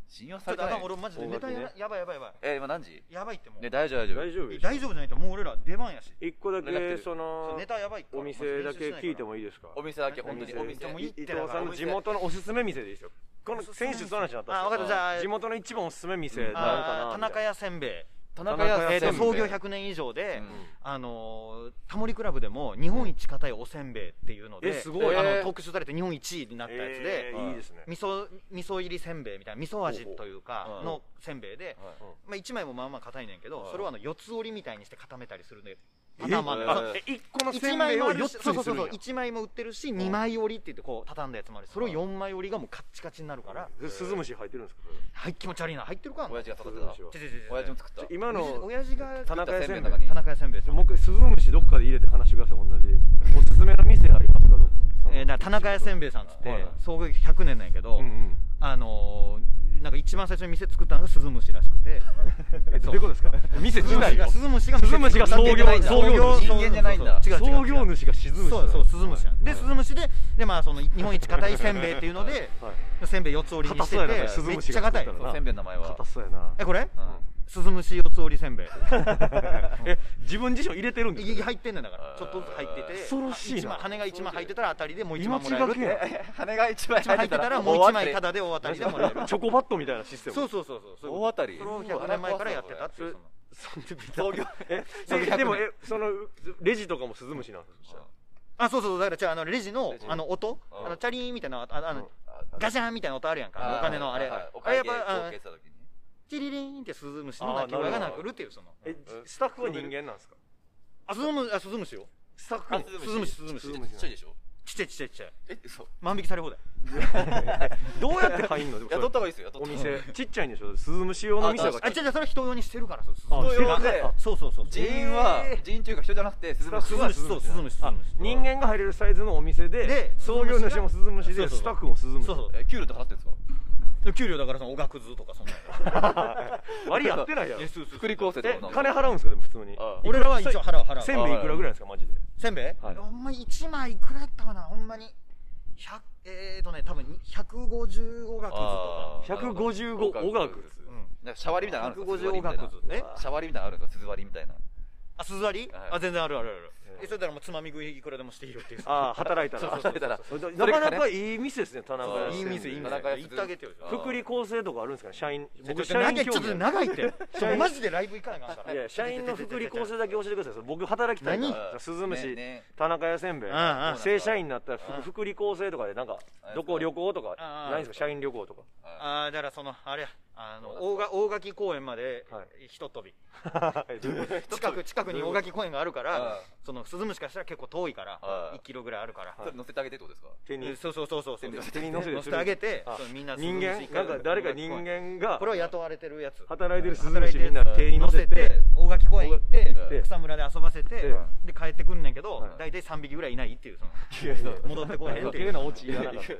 A: 信用
D: ち
A: さ
D: ょっ
A: れ
D: と
A: てな
D: あか
A: い
D: ん俺マジでネタやばやばいやばいやば
A: え今何時
D: いやばいってもう
A: ね大丈夫大丈夫
B: 大丈夫でしょ
D: 大丈夫じゃないともう俺ら出番やし
B: 一個だ
A: 連絡
B: け
A: してる
B: その
D: ネタやばいから
B: お店だけ聞いてもいいですか
A: お店だけ本当にお店
D: お店もいい
B: 伊藤さんの地元のおすすめ店でいいですよこの選手と話になったんですよ
D: あ分かったじゃあ
B: 地元の一番おすすめ店なんか
D: あー
B: な
D: 田中屋せんべい
A: 田
B: 中
A: 中
B: 屋
A: 屋
D: えー
A: せん
D: と
A: べい
D: 創業100年以上
A: う
D: で、
A: ん
D: あのータモリクラブでも日本一硬いおせんべいっていうので、
B: えすごい
D: あ
A: えー
D: の特集されて日本一位になったやつで、
B: えーいいですね
D: 味噌味噌入りせんべいみたいな味噌味とい
A: ほ
D: う
A: うほ
D: か
A: う
D: のせんべいで、
A: はい
D: まあ、1枚もまあまあ硬いねんけど、
A: はい
D: それをあの四つ折りみたいにして固めたりするんで頭まあね
A: えー
D: その
B: え一個のせ
D: 一
B: んべ
D: 枚
B: い
D: も
B: を
D: ある
B: 4
D: し
B: つ
D: そうそ
B: に
D: う
B: す
D: そ
B: るや
D: うんそう一枚も売ってるし2枚折りって言ってこう畳んだやつもあるしそれを4枚折りがもうカッチカチになるから
B: えスズムシ入ってるんですか
D: はい気持ち悪いな入ってるか
A: 親父が
B: そ
A: 育
B: れ
A: て
B: スズムシ
A: た
B: は
A: 親
D: 違う違う違う違う
A: 父も作っ
B: ちょ
A: た
B: 今の
D: 親父が
B: 田中屋せんべい
A: 田中屋せんべいの中に
D: 田中屋せんべいですよ
B: もう一回スズムシどっかで入れて話してください同じおすすめの店ありますかどうその
D: えー、だから田中屋せんべいさんっつって、
B: はいはい
D: 創業100年なんやけど、
B: うんうん
D: あのーなんか一番最初に店作ったのがスズムシらし くて
B: えどういうことです か店自体を
D: スズムシが
B: スズムシが創業創業
A: 人間じゃないんだ
D: そうそう違う違
B: 創
D: う
B: 業主がスズムシ
D: そうそうスズムシや
B: は
D: んでスズムシででまあその日本一硬いせんべいっていうので
B: いはい
D: せんべい四つ折りにして
B: 硬
D: て
B: そうやなそれスズ
D: めっ
B: ムシ
D: ち
B: が
D: ゃ硬い
B: 作った
A: そうせんべいの名前は
B: 硬そうや な
D: えこれ、
A: うん
D: スズムシ四つ折りせんべ い
B: え自分自身入れてるんです
D: い
B: か
D: や入ってんねんだからちょっとずつ入ってて
B: 恐ろしいな
D: 一枚羽が一枚入ってたら当たりでもう一枚も
B: 命
D: らえる
B: が
D: って
B: けや
A: 羽が一枚
D: 一枚入ってたらもう一枚タダで大当たりでもらえる
B: チョコバットみたいなシステム
D: そうそうそうそうそういうこ
A: 大当たり
D: とそれを100年前からやってたっていうその
A: 創業
B: え
A: そう
B: ででも
A: 100
B: えそのレジとかもスズムシなんですか
D: あそうそうそうだからじゃああのレジの
A: レジ
D: あの音
A: うん
D: あのチャリーンみたいなあああのガシャンみたいな音あるやん
A: あ
D: か
A: ー
D: お金のあれ
A: はいお
D: あ
A: 会
D: れやっ
A: 計合
D: ぱあ
A: 計した時に
D: チリリーンってスズムシの鳴き声が鳴るっていうその
B: えスタッフは人間なんですか
D: あスズムあスズムシよ
B: スタッフ
A: あ
B: も
D: スズムシスズム
A: ち
D: シ
A: っちゃいでしょ
D: ちっちゃいちっちゃいちっちゃい
C: え嘘
D: 万引きされ放題
B: どうやって入んのでも
C: いや
B: それ
C: 取った方がいいですよ
B: お
C: 雇った方がいい
B: 店ちっちゃいんでしょスズム仕様の店が
D: あ違う違うそれは人用にしてるからそうそう
B: あ
D: そう
C: 人用で
B: あ
D: そうそうそう
C: 人員は
D: えー
C: 人員というか人じゃなくて鈴木
D: ス
C: 君
D: ズ
C: は
D: ムシそうスズムシスズ
B: あ
D: ムシ
B: 人間が入れるサイズのお店で
D: で
B: 創業主もスズムシ
D: そ
B: で
D: うそうそう
B: スタッフもスズムシ
D: そうそう
C: え給料って払ってるんですか
D: で給料だからそのおがくずとかそんな の
B: 割り合ってないやろ
D: えそうそう
C: 福利厚生と
B: え
C: かなんか
B: 金払うんですかでも普通に
C: あ
D: 俺らは一応払う払う
B: せんべいいくらぐらいですかマジで
D: せんべい
B: はい
I: ほんま1枚いくらやったかなほんまに100えーとね多分150おがくずとか
C: あー
B: 155
C: なるほど
B: おがくず
C: うんなんかシャワリみたいなのあるんですか
D: 150おがくずえ
C: シャワリみたいなのあるんですか鈴割りみたいな
D: あ鈴割り
C: はい
D: あ全然あるあるあるあるえそれだからもうつまみ食いいくらでもしていいよっていう
B: ああ働いたら
C: そうそう働いたら
B: そうそう
C: そ
B: な
C: れが
B: か
C: ね
B: なかいい店ですね田中屋
D: いい店いい
C: 田
D: 店
C: 中屋
D: 行ってあげてよ
C: あー
B: 福利厚生とかあるんですかね社員
D: ちょ
B: 僕
D: っと
B: 社
D: 長
B: 員
D: いちょ
B: 興
D: っと
B: 味
D: 長い ってちょ
B: 員
D: マジでライブ行かなあかんから
B: いや社員の福利厚生だけ教えてください僕働きたいか
D: 何
B: らスズムシ
C: ねね
B: 田中屋せんべい
D: うんうん
B: 正社員になったら福福利厚生とかでなんかどこ旅行とか
D: あー
B: ないんですか社員旅行とか
D: ああだからそのあれやあの大が大垣公園まで
B: はい
D: ひと飛び
B: は
D: 近く近くに大垣公園があるか
C: は
D: ら
C: い
D: そのスズムシからしたら結構遠いから
C: はい
D: 1キロぐらいあるから
C: それ乗せてあげてってこと ですか
B: 手に
D: そうそうそうそうそう
B: 手に乗せて
D: 乗せてあげて
B: あ
D: そうみんな
B: 人間なんか誰か人間が
D: これは雇われてるやつ
B: 働いてるスズム
D: 働い
B: シ
D: てる
B: みんな手に乗せて
D: 大垣公園行って
B: 行って
D: 草むらで遊ばせて
B: は
D: で帰ってくんねんけど
B: はい
D: 大体3匹ぐらいいないっていうその
B: いやいや
D: 戻ってこへんっ
B: 余
D: てい
B: 計
D: う
B: なオチいらなかった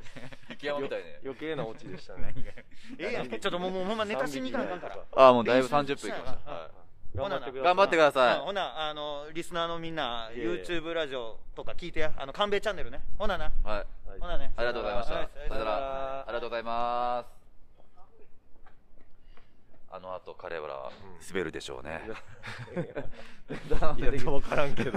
C: 雪山みたいね
B: 余計なオチでしたね
D: ええやんちょっともうもうほんまネタしに行かなあかんから
C: ああもうだいぶ30分いきました
D: うん
B: 頑張
C: は
B: ってく
C: い
B: ださい
C: 頑張ってくだ
D: うん
C: さ
D: ほなあのリスナーのみんない
B: えいえ
D: YouTube ラジオとか聞いてやあの官兵衛チャンネルねほなない
C: はい
B: はい
D: ほなね
C: ありがとうございました。
D: は
C: さよな
B: ら
C: ら。ありがとうございます。あの後彼ら滑るでしょうね。
B: いや、分からんけど。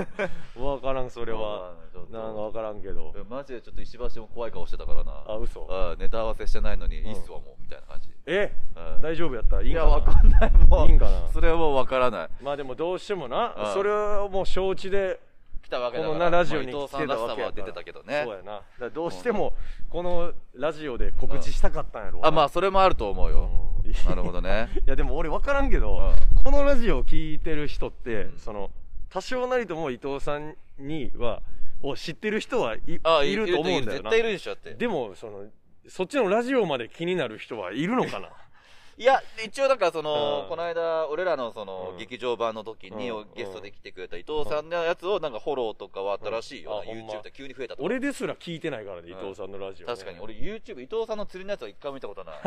B: 分からん、それは
C: ちょっ。と
B: なんか分からんけど。
C: マジでちょっと石橋も怖い顔してたからな。
B: あ嘘
C: うんネタ合わせしてないのにいいっすわもうみたいな感じ。
B: え
C: うん
B: 大丈夫やったいい
C: い
B: んか
C: や
B: な
C: わかんないもう。
B: いいん かな
C: それはもうわからない。
B: まあでもどうしてもな
C: う、ん
B: それはもう承知で、
C: 来たわけだか
B: こ
C: ら。
B: のなラジオに
C: まあ伊
B: 来て
C: 藤さん
B: た
C: らし
B: わ
C: さ
B: けや
C: は
B: から
C: 出てたけどね
B: そう。やな。だからどうしても、このラジオで告知したかったんやろうな。
C: あまあそれもあると思うよ。
B: うん
C: なるほどね。
B: いやでも俺分からんけど、このラジオを聞いてる人って、その多少なりとも伊藤さんにはを知ってる人はい
C: あ
B: いると思うんだよ
C: 絶
B: な
C: 対いるでしょだって。
B: でもそのそっちのラジオまで気になる人はいるのかな
C: いや、一応だからその、
B: うん
C: この間、俺らのその、
B: うん
C: 劇場版の時に、
B: うん
C: ゲストで来てくれた伊藤さんのやつをなんかフォローとかはあったらしいよ、
B: うんあほんま
C: YouTube で急に増えたとか。
B: 俺ですら聞いてないからね伊藤さんのラジオね、
C: 確かに俺 YouTube 伊藤さんの釣りのやつは一回も見たことない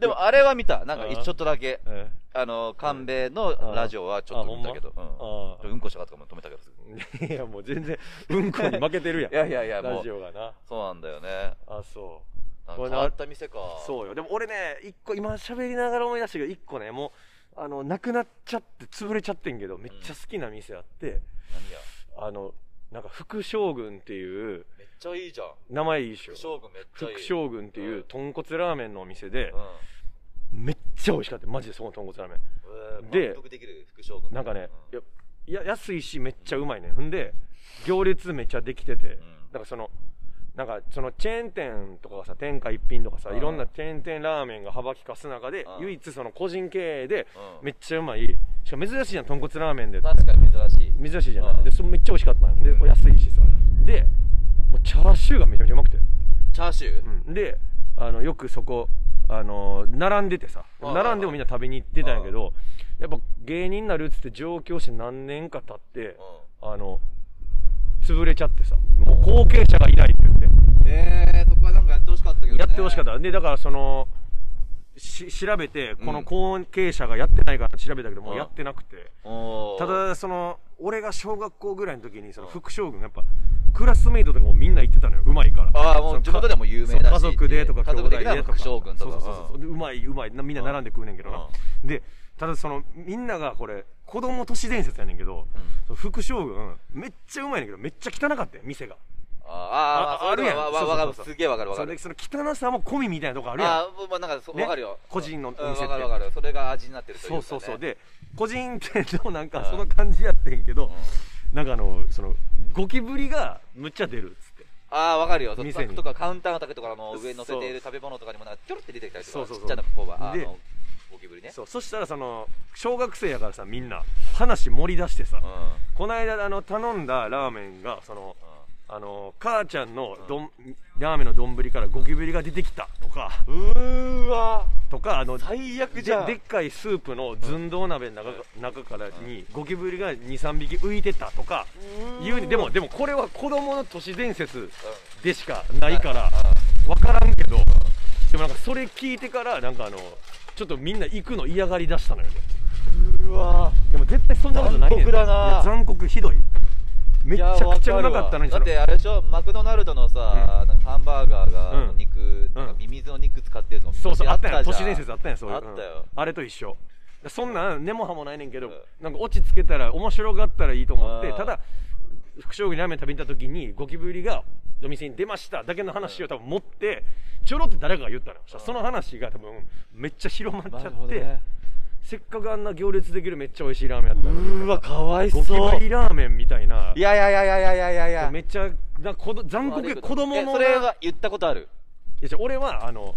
C: でもあれは見たなんか一ちょっとだけ
B: え
C: あの神戸のラジオはちょっと見たけど
B: あほんま
C: うん
B: あ
C: うんこしたかとかも止めたけどすぐ
B: えいやもう全然うんこに負けてるやん
C: いやいやいやもう
B: ラジオがな
C: そうなんだよね
B: あそ
C: なん
B: こ
C: か
B: れ
C: 変
B: な
C: わった店か
B: うそうよでも俺ね一個今喋りながら思い出したけど一個ねもうあのなくなっちゃって潰れちゃってんけどめっちゃ好きな店あって、
C: 何や
B: あの、なんか副将軍っていう、
C: めっちゃいいじゃん
B: 名前いいでし
C: 副
B: ょ。
C: 将軍めっちゃいい
B: 副将軍っていう豚骨ラーメンのお店で
C: う、ん
B: めっちゃ美味しかった。マジでその豚骨ラーメ
C: えー
B: で
C: 満足できる副将軍
B: ン。なんかね、
C: う
B: いや、いや安いしめっちゃうまいね。ほんで、行列めっちゃできてて、なんかその、なんかそのチェーン店とかがさ、天下一品とかさ、
C: うん
B: いろんなチェーン店ラーメンが幅利かす中で、
C: うん
B: 唯一その個人経営で
C: うん
B: めっちゃうまい、しかも珍しいじゃん、豚骨ラーメンで。
C: 確かに珍しい
B: 珍しいじゃ
C: う
B: なんい。で、それめっちゃ美味しかったのよ。で、安いしさ。で、もうチャーシューがめちゃめちゃうまくて。
C: チャーシュー
B: うんであのよくそこあの並んでてさ
C: はい
B: 並んでもみんな食べに行ってたんやけどやっぱ芸人になるっつって上京して何年か経ってあの潰れちゃってさもう後継者がいないって言って
C: ええそこはなんかやってほしかったけど
B: やってほしかったたでだからそのし調べてこの後継者がやってないから調べたけども
C: う
B: うんやってなくてた
C: た
B: だその俺が小学校ぐらいの時にその副将軍やっぱクラスメイトとかもみんな行ってたのようまいから
C: ああもう地元でも有名だし
B: そう家族でとか
C: 家
B: 兄
C: 族
B: 弟
C: で
B: でと
C: 副
B: か
C: 将軍とか
B: そうそうそうそうでうまいうまいなみんな並んで食うねんけどなでただそのみんながこれ子供都市伝説やねんけど、その副将軍めっちゃうまいねんけどめっちゃ汚かったよ店が
C: あーあーあ
B: あ
C: るやんわ
B: あるやんそうそうそ
C: わ
B: う
C: わかるすげえわかるわかる
B: それでその汚さも込みみたいなとこあるやん
C: あーもうまあなんかそ
B: ね
C: わかるよ
B: 個人のお店
C: うん
B: って
C: わかるわかるそれが味になってるというか
B: そ
C: ね
B: うそうそうで個人店のなん
C: う
B: か
C: ん
B: その感じやってんけど、なんかあのそのゴキブリがむっちゃ出るっつって
C: ああわかるよその
B: 店に
C: 卓とかカウンターの卓とかの上に乗せている食べ物とかにもなんかちょろって出てきたりと
B: そ
C: か
B: うそう
C: ち
B: そう
C: っちゃなこうはあ
B: で
C: のゴキブリね
B: そうそしたらその小学生やからさみんな話盛り出してさ、
C: うん
B: この間あの頼んだラーメンがその
C: う
B: あの母ちゃんのどんラーメンの丼からゴキブリが出てきたとか
C: うーわ
B: とかあの
C: 最悪
B: で
C: じゃん
B: でっかいスープの寸胴鍋の中,、中からにゴキブリが23匹浮いてたとか言うねでもでもこれは子供の都市伝説でしかないから分からんけどでもなんかそれ聞いてからなんかあのちょっとみんな行くの嫌がりだしたのよね
C: うわ
B: でも絶対そんなことないねん
C: 残酷だない
B: や残酷ひどいめ
C: い
B: ち
C: や
B: ゃくちゃうまかったのにそ
C: わるわだっ
B: の
C: てあれでしょマクドナルドのさ、なんかハンバーガーが
B: うん
C: 肉、なんかミミズの肉使ってるとか
B: そうそうあったやん都
C: じゃん
B: 市伝説あったやんそういう
C: あったよ、
B: うんあれと一緒そんなん根も葉もないねんけど、
C: うん
B: なんかオチつけたら面白がったらいいと思って
C: うん
B: ただ福将棋ラーメン食べに行った時にゴキブリがお店に出ましただけの話を多分持ってちょろって誰かが言ったのよ、そしたらその話が多分めっちゃ広まっちゃって、せっかくあんな行列できるめっちゃ美味しいラーメンやったのに
C: うわかわいそ
B: ゴキブ
C: う
B: リラーメンみたいない
C: やいやいやいやいやいやいや
B: めっちゃな子ど残酷や子供の
C: えそれは言ったことある
B: いやじゃあ俺はあの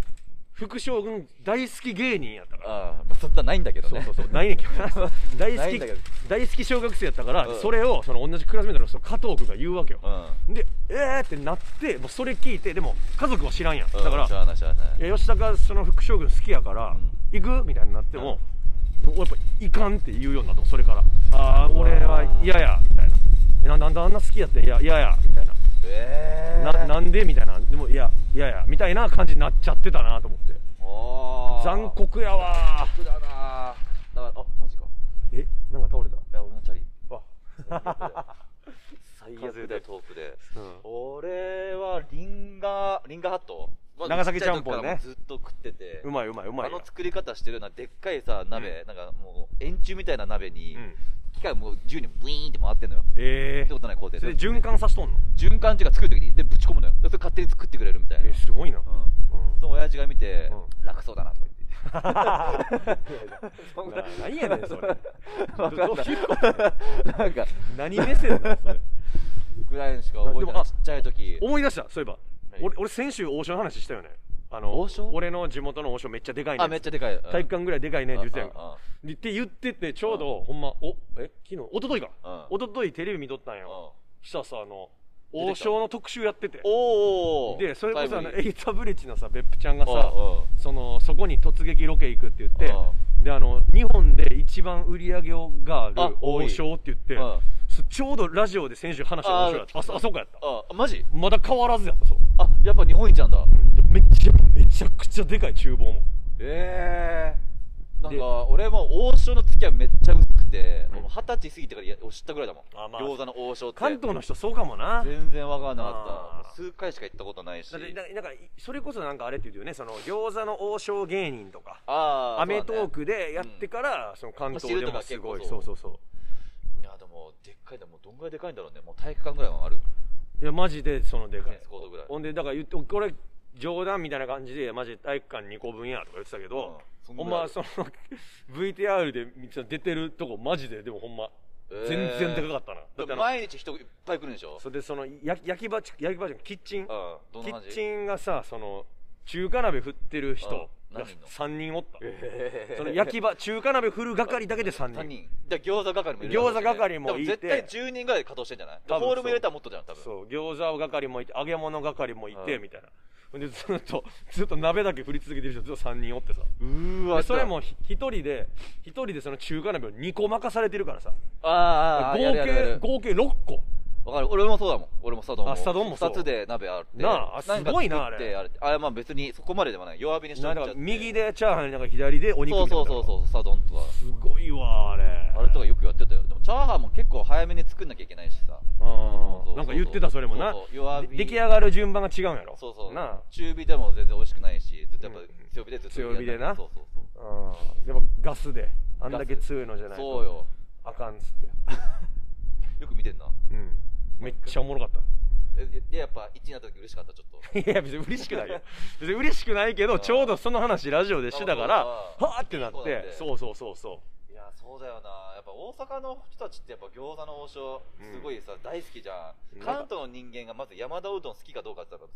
B: 副将軍大好き芸人やったから
C: ああそんなないんだけど
B: そう
C: ね
B: そうそうない ねんけどな大
C: な
B: 好
C: いん
B: き
C: だけど
B: 大好き小学生やったから、
C: うん
B: それをその同じクラスメートの人加藤君が言うわけよ、
C: うん
B: でえーってなってもうそれ聞いてでも家族は知らんやん、
C: うん
B: だから
C: しゃあないしゃあない
B: いや吉田がその副将軍好きやから、行くみたいになっても、もうやっぱ行かんって言うようになったもんそれからああ俺は嫌やみたいなえななんであんな好きやってんいや嫌やみたいな
C: ええ
B: ななんでみたいなでもいやいやいやみたいな感じになっちゃってたなと思って
C: おー
B: 残酷やわ
C: 酷だなだからあマジか
B: ーえなんか倒れた
C: いや俺のチャリ
B: あ
C: 最
B: 風
C: 悪だ
B: で
C: よ遠くで
B: うん
C: 俺はリンガリンガハットまあ
B: 長崎ちゃんぽんね
C: ちっちゃい時からもうずっと食ってて
B: うまいうまいうま
C: あ
B: いよ
C: の作り方してるようなでっかいさ鍋、なんかもう円柱みたいな鍋に、
B: うん
C: 機械もう自由にブイーンって回ってんのよ
B: ええ
C: ってことない工程
B: それで循環させとんの
C: 循環っていうか作る時にでぶち込むのよでそれ勝手に作ってくれるみたいな、
B: えすごいな、うん
C: うんその親父が見て、
B: う
C: 楽そうだなとか言って
B: そ んな 何やねんそれ
C: わかん
B: どう
C: ない
B: いう
C: なんか
B: 何目線なのそれ
C: ぐらいのしか覚えて
B: でも
C: ない
B: あ
C: ちっちゃい時
B: 思い出したそういえば
C: 何
B: 俺俺先週王将の話したよねあの
C: 王将
B: 俺の地元の王将めっちゃでかいね
C: あめっちゃでかいうん
B: 体育館ぐらいでかいねって言ってたやん
C: うんうんうん
B: かでって言っててちょうどほんまおえ昨日一昨日か
C: うん
B: 一昨日テレビ見とったんや
C: うん
B: したらさあの
C: 出て
B: 王
C: きた
B: 将の特集やってて
C: おお
B: でそれこそあの
C: タイムリー
B: エイタブリッジのさ別府ちゃんがさ
C: うんうん
B: そのそこに突撃ロケ行くって言って
C: う
B: であの日本で一番売り上げがある
C: あ多い
B: 王将って言って
C: うん
B: そちょうどラジオで先週話した王将やった
C: あ
B: あそあそこやった
C: ああマジ
B: まだ変わらずやったそう
C: あやっぱ日本一なんだ
B: でめっちゃめちゃくちゃでかい厨房も
C: ええなん
B: で
C: か俺も王将の付き合いめっちゃ薄くてもう二十歳過ぎてからや知ったぐらいだもん
B: あまあ
C: 餃子の王将って
B: 関東の人そうかもな
C: 全然わからなか
B: あー
C: った数回しか行ったことないし
B: だってななんかそれこそなんかあれって言うよねその餃子の王将芸人とか
C: ああ
B: アメトークでやってから、その関東でもすごい
C: 知ると
B: そう
C: か結構そ
B: うそうそう
C: いやでもでっかいだもうどんぐらいでかいんだろうねもう体育館ぐらいはある
B: いやマジでそのでかい
C: テニスコートぐらい
B: ほんでだから言って俺冗談みたいな感じでマジで体育館2個分やとか言ってたけど、
C: うん
B: ほんまその VTR で出てるとこマジででもほんま
C: えー
B: 全然でかかったな、だって
C: で
B: あ
C: も
B: の
C: 毎日人いっぱい来るんでしょ
B: それでその焼き焼き場焼き場じゃんキッチン
C: うんどん
B: キ
C: な感じ
B: ッチンがさその中華鍋振ってる人
C: うん
B: が
C: 何人の
B: 3人おった、その焼き場中華鍋振る係だけで3人
C: 3人で餃子係もいる
B: 餃子係もいて
C: で絶対10人ぐらいで稼働してんじゃない
B: 多分そう
C: ホールも入れたらもっとじゃん多分
B: そう餃子係もいて揚げ物係もいて、
C: うん
B: みたいなほんでずっとずっと鍋だけ振り続けてる人ずっと3人おってさ
C: うーわ
B: でそれもひ一人で一人でその中華鍋を2個任されてるからさ
C: あーあ
B: 合
C: ーやるやるや
B: 計
C: る
B: 合計6個
C: わかる俺もそうだもん俺もスタドンも
B: あスタ丼もそう
C: 2つで鍋あって
B: なああすごいなあれ
C: んか作ってあれあまあ別にそこまででもない弱火にして
B: な
C: お
B: ん
C: い
B: か
C: ちゃって
B: 右でチャーハンなんか左でお肉
C: そう
B: みたい
C: そ
B: な
C: うそうそうスタドンとか
B: すごいわあれ
C: あれとかよくやってたよでもチャーハンも結構早めに作んなきゃいけないしさそうそう
B: なんか言ってたそれもな
C: そうそう弱火
B: で出来上がる順番が違うんやろ
C: そうそう
B: なあ
C: 中火でも全然美味しくないしずっとやっぱ
B: うんうん
C: 強火でずっと
B: 強火でな
C: そうそうそう
B: うんやっぱガスであんだけ強いのじゃない
C: そ
B: と
C: うよ
B: あかんっつって
C: よく見てんな
B: うんめっちゃおもろかった
C: えでやっぱ1位になった時嬉しかったちょっと
B: いや別に嬉しくないよ別に嬉しくないけどちょうどその話ラジオでしてたから
C: なる
B: は
C: ほど
B: あってなっ
C: そうだって
B: てそうそうそうそ
C: いやそうだよなやっぱ大阪の人たちってやっぱ餃子の王将すごいさ、大好きじゃん
B: うん
C: 関東の人間がまず山田うどん好きかどうかって言っ たら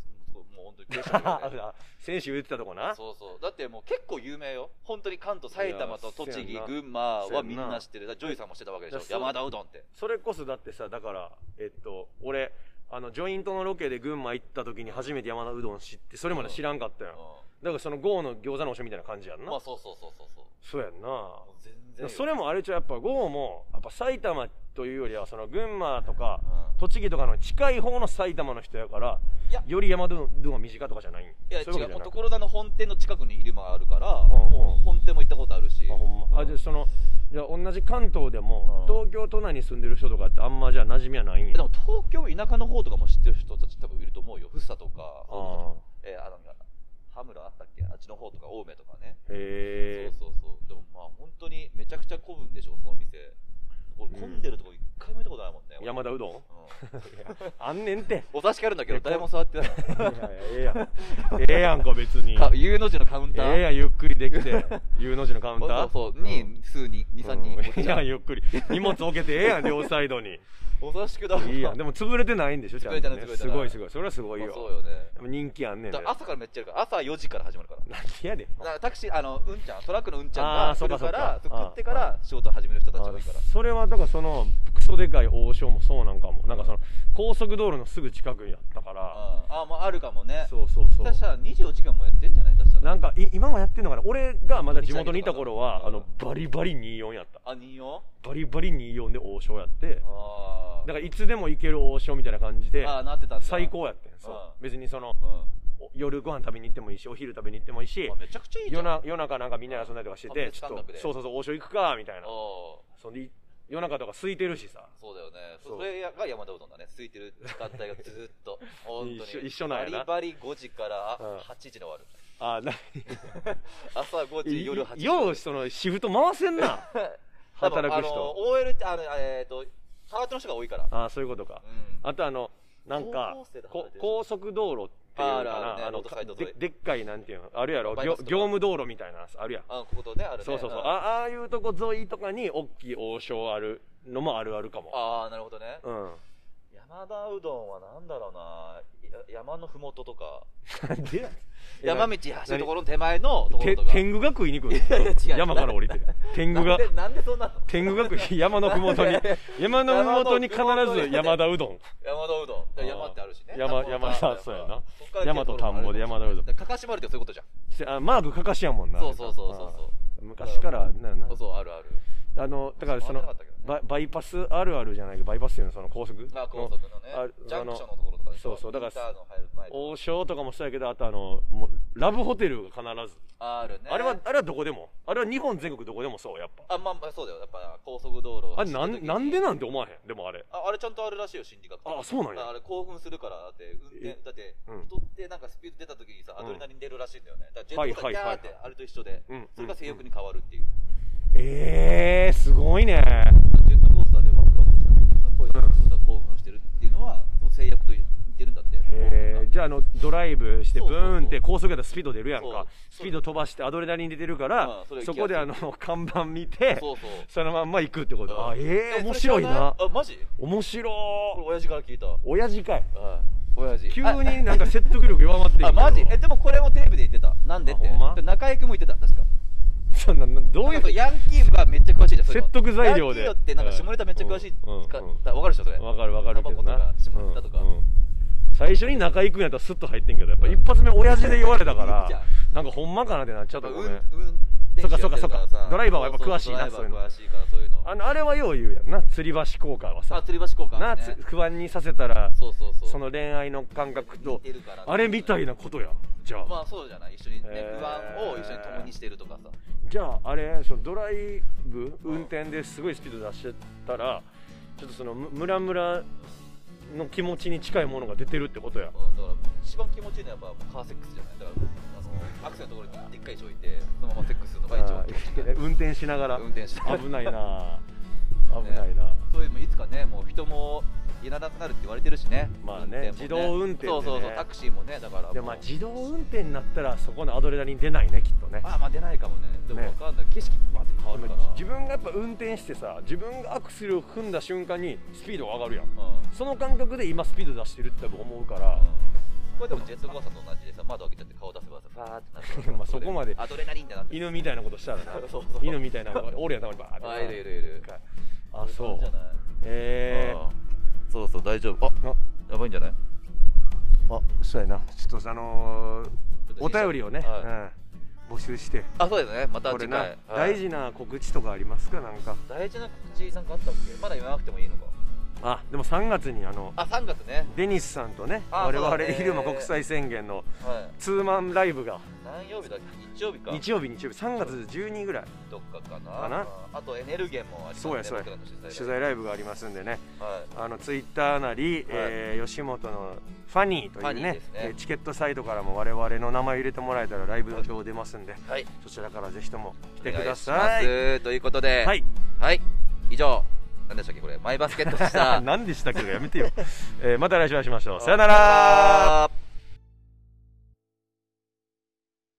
C: もう本当にクエスチョンだよね
B: う選手言ってたとこな
C: そうそうだってもう結構有名よ本当に関東埼玉と栃
B: い
C: 木
B: やそうや
C: 群
B: んな
C: 馬はみんな知ってるだからジョイさんもしてたわけでし
B: だ
C: ょ
B: からそう
C: 山田うどんって
B: それこそだってさだからえっと俺あの、ジョイントのロケで群馬行った時に初めて山のうどん知って、それまで知らんかったよ。だからそのゴーの餃子のおしみたいな感じやんな。
C: まあそうそうそうそうそう
B: そうやんな。
C: 全然
B: それもあれちゃうやっぱゴーも、やっぱ埼玉というよりは、その群馬とか、
C: う
B: 栃木とかの近い方の埼玉の人やから
C: いや、
B: より山どんは身近とかじゃないん
C: いや違
B: そういうわ
C: う
B: け
C: も
B: じ
C: う
B: ゃなく
C: 所沢の本店の近くに入間あるから、
B: うん
C: もう本店も行ったことあるし
B: あ、ほんま。あ、じゃあその、じゃあ同じ関東でも、
C: うん
B: 東京都内に住んでる人とかってあんまじゃあ馴染みはないんや。
C: でも東京田舎の方とかも知ってる人たち多分いると思うよ福生とか
B: ああ。
C: えーあの羽村あったっけあっちの方とか青梅とかね、
B: へえ。
C: そうそうそうでもまあ本当にめちゃくちゃ混むんでしょその店俺
B: うん
C: 混んでるとこ一回も見たことないもんね、俺
B: 山田うどん
C: うん
B: あんねんて。
C: お察しがあるんだけど
B: いや
C: 誰も触ってない
B: いやいやええやん。 ええやんか、別に。
C: か U の字のカウンター、
B: ええやん、ゆっくりできて。U の字のカウンター。
C: そうそうに数人
B: うん
C: 23人、
B: いや、ゆっくり。荷物置けてええやん、両サイド に。
C: お察しくださ
B: いいやん。でも潰れてないんでしょ、ちゃんと、
C: 潰れて
B: ね。
C: ない
B: す
C: 潰れて
B: ご
C: ない
B: いすごい。それはすごいよ。
C: そうよね
B: でも人気あんねん
C: だ
B: で
C: から。朝からめっちゃやるから朝4時から始まるから
B: 何やで。
C: だからタクシーあのうんちゃんトラックのうんちゃん
B: あー
C: が
B: そ
C: 来
B: うか
C: るから
B: そうか
C: 食ってから仕事始める人たちもいいから
B: それはだからそのクソでかい王将もそうなんかもなんかその高速道路のすぐ近くにあったから
C: ああーまああるかもね
B: そうそうそ
C: 下手し
B: う
C: たら24時間もやってんじゃない下手したら
B: なんかい今もやってんのかな俺がまだ地元にいた頃はあ
C: お店
B: の
C: とかな
B: バリバリ24やった
C: あ人よ
B: バリバリ24で王将やって
C: ああ
B: だからいつでも行ける王将みたいな感じで
C: ああなってたんだ
B: 最高やってんそう
C: あー
B: 別にその
C: うん、
B: お夜ご飯食べに行ってもいいしお昼食べに行ってもいいし
C: まあ、めちゃくちゃいいじゃ
B: 夜
C: んあ
B: な夜中なんかみんなで遊んだりとかしてて
C: あ別
B: ちょっ
C: 感覚
B: と
C: で
B: そうそうそう王将行くかみたいな
C: あー
B: そんで夜中とか空いてるしさ
C: そうだよねそ
B: そう
C: れが山田うどんだね空いてる時間帯がずーっと本当に
B: 一緒一緒なんやな
C: バリバリ5時から
B: うん
C: 8時で終わる
B: あーな
C: 朝5 時夜8時
B: ようそのシフト回せん な働く
C: 多分あの
B: 人
C: OL ってあのえっ、とパートの人が多いから
B: ああそういうことか
C: うん
B: あとあのなんか
C: 高校生で働い
B: こ
C: てる
B: 高速道路っていうのか
C: ある
B: なあ
C: あるね
B: の
C: ロードサイド
B: ででっかいなんていうのあるやろ
C: バ
B: 業
C: イパスとか
B: 業務道路みたいなやつあるやん
C: あこことねあるね
B: そうそうそう、
C: ん
B: あああいうとこ沿いとかに大きい王将あるのもあるあるかも
C: あーなるほどね、
B: うん
C: 山田うどんはなんだろうないや山のふもととか
B: なんで や
C: 山道走るところの手前のところ
B: て
C: とか
B: 天狗が食いに来る
C: やいや違う
B: 山から降り て天狗
C: な
B: が
C: んでなんでそんなの
B: 天狗が食い山のふもと に山のふもとに必ず山田うどん
C: 山田うどんだから山ってあるしね
B: 山
C: 田
B: 山田そうやな
C: そっから
B: 山と田んぼで山田うどん
C: だからかかしもあるってそういうことじゃん
B: あマークかかしやもんな
C: そうそうそうそうそう
B: あ昔からなな
C: そうそうあるある
B: あのだからその
C: 回らなかったけどね
B: ババイパスあるあるじゃないけどバイパスっていうのその高速
C: あ高速の
B: あ
C: ねジャンクションのところとかでしょ
B: そうそうだから
C: インターの入る前と
B: 王将とかもそうやけどあとあのもうラブホテルが必ず、
C: かあるね
B: あれはあれはどこでもあれは日本全国どこでもそうやっぱ
C: あまあまあそうだよやっぱ高速道路を
B: あれ
C: 走った
B: な
C: 時に
B: んなんでなんて思わへんでもあれ
C: ああれちゃんとあるらしいよ心理学
B: あそうなん
C: あ
B: や
C: れ興奮するからだって運転
B: え
C: だって
B: うん
C: 人ってなんかスピード出た時にさ
B: うん
C: アドレナリン出るらしいんだよねだか
B: は
C: ら
B: い
C: ジェ
B: は
C: ット
B: い
C: が
B: はい
C: キ
B: はい
C: ャーってあれと一緒で
B: うん
C: それが性欲に変わるっていう
B: えー、すごいね
C: ジェットコースターでワクワクしたりとかこういうことが興奮してるっていうのはその性欲と似てるんだって
B: えー、じゃああのドライブしてブ
C: そうそうそう
B: ーンって高速やったらスピード出るやん
C: そう
B: かスピード飛ばしてアドレナリン出てるから、
C: うんそれ
B: そこであの看板見て
C: そうそう
B: そのまんま行くってこと、
C: うん
B: あええ
C: え
B: 面白いな
C: それ知らいあマジ
B: 面白
C: これ
B: ー
C: 親父から聞いた
B: 親父かい
C: 親父
B: 急になんか説得力弱まっていくけど
C: あマジえでもこれもテレビで言ってたなんでって
B: あほんま
C: 中居君も言ってた確か
B: そんななどうい
C: なんか
B: う
C: ヤンキーはめっちゃ詳しいじゃんそういうの
B: 説得材料で
C: ヤンキーよってなんか下ネタめっちゃ詳しい
B: うんうん
C: か
B: うん
C: だわかるでしょそれ
B: わかるわかるけど
C: タバ
B: な
C: コとか下ネタとか
B: うんうん最初に中居君やったらスッと入ってんけどやっぱ一発目親父で言われたか
C: いいじゃ
B: ら
C: ん
B: なんかほんまかなってなっちゃったごめん
C: 運運
B: そっか
C: 転手
B: そっかそっか
C: やてるらさ
B: ドライバーはやっぱ詳しいな
C: そうそう
B: そういう
C: ド
B: の
C: ライバー詳しいからそういうの
B: あのあれはよう言うやんな吊り橋効果は
C: あ
B: さ
C: 吊り橋効果あ
B: な
C: る
B: つ
C: ね
B: 不安にさせたら
C: そうそうそう
B: その恋愛の感覚と
C: 似てるから
B: あれみたいなことやじゃあ
C: まあそうじゃない一緒にね
B: えー
C: 不安を一緒に共にしてるとかさ
B: じゃああれそのドライブ運転ですごいスピード出してたらちょっとそのむムラムラの気持ちに近いものが出てるってことや
C: うんだから一番気持ちいいのはやっぱカーセックスじゃないだからあのアクセルのところにでっかい人置いてそのままセックスするのが一番気持ちいい
B: あー運転しながら
C: 運転して
B: 危ないな危ないな、
C: そういうのもいつかねもう人もいらなくなるって言われてるしね
B: まあね
C: 運転も
B: 自動運転でね
C: そうそうそうタクシーもねだから
B: でもまあ
C: もう
B: 自動運転になったらそこのアドレナリン出ないねきっとね
C: まあまあ出ないかもねでも
B: ね
C: 分かんない景色バーって変わ
B: で
C: るか
B: も
C: ら
B: 自分がやっぱ運転してさ自分がアクセルを踏んだ瞬間にスピードが上がるやん
C: うん
B: その感覚で今スピード出してるって多分思うから、
C: これでもジェットコースターと同じでさ窓開けちゃって顔出せばさファーってなる
B: まあそこまで
C: アドレナリンだなって
B: 犬みたいなことしたらな
C: そうそう
B: 犬みたいなのがおるやんたまにバーって
C: あいるいるいる
B: あそう
C: じゃない
B: え
C: あーそうそう大丈夫あ
B: ー、な
A: やばいんじゃない
B: あそうやなちょっとあのーお便りをね、
C: は
B: うん募集して
C: あそうですねまた
B: これ
C: 次
B: な、
C: 回はい
B: 大事な告知とかありますかなんか
C: 大事な告知なんかあったっけまだ言わなくてもいいのか
B: あでも3月にあの
C: あ3月ね
B: デニスさんとね
C: あ
B: 我々
C: そうだね
B: 入間国際宣言の
C: はい
B: ツーマンライブが
C: 何曜日だっけ日曜日か
B: 日曜日日曜日3月12ぐらい
C: どっかかな
B: かな
C: あとエネルゲンもあります
B: そう
C: ね
B: やそうや
C: 僕らの取
B: 取
C: 材
B: 材ライブがありますんでね
C: がはい
B: あのツイッターなり、えー吉本のファニーという
C: ファニ
B: ね
C: ーですね
B: えーチケットサイトからも我々の名前入れてもらえたらライブの表出ますんで、
C: はい
B: そちらからぜひとも来て
C: お
B: く
C: 願
B: だ
C: いしま
B: さい
C: すということで
B: はい
C: はい以上何でしたっ けこれマイバスケットでした
B: 何でしたっけやめてよ、えーまた来週お会いしましょうさよなら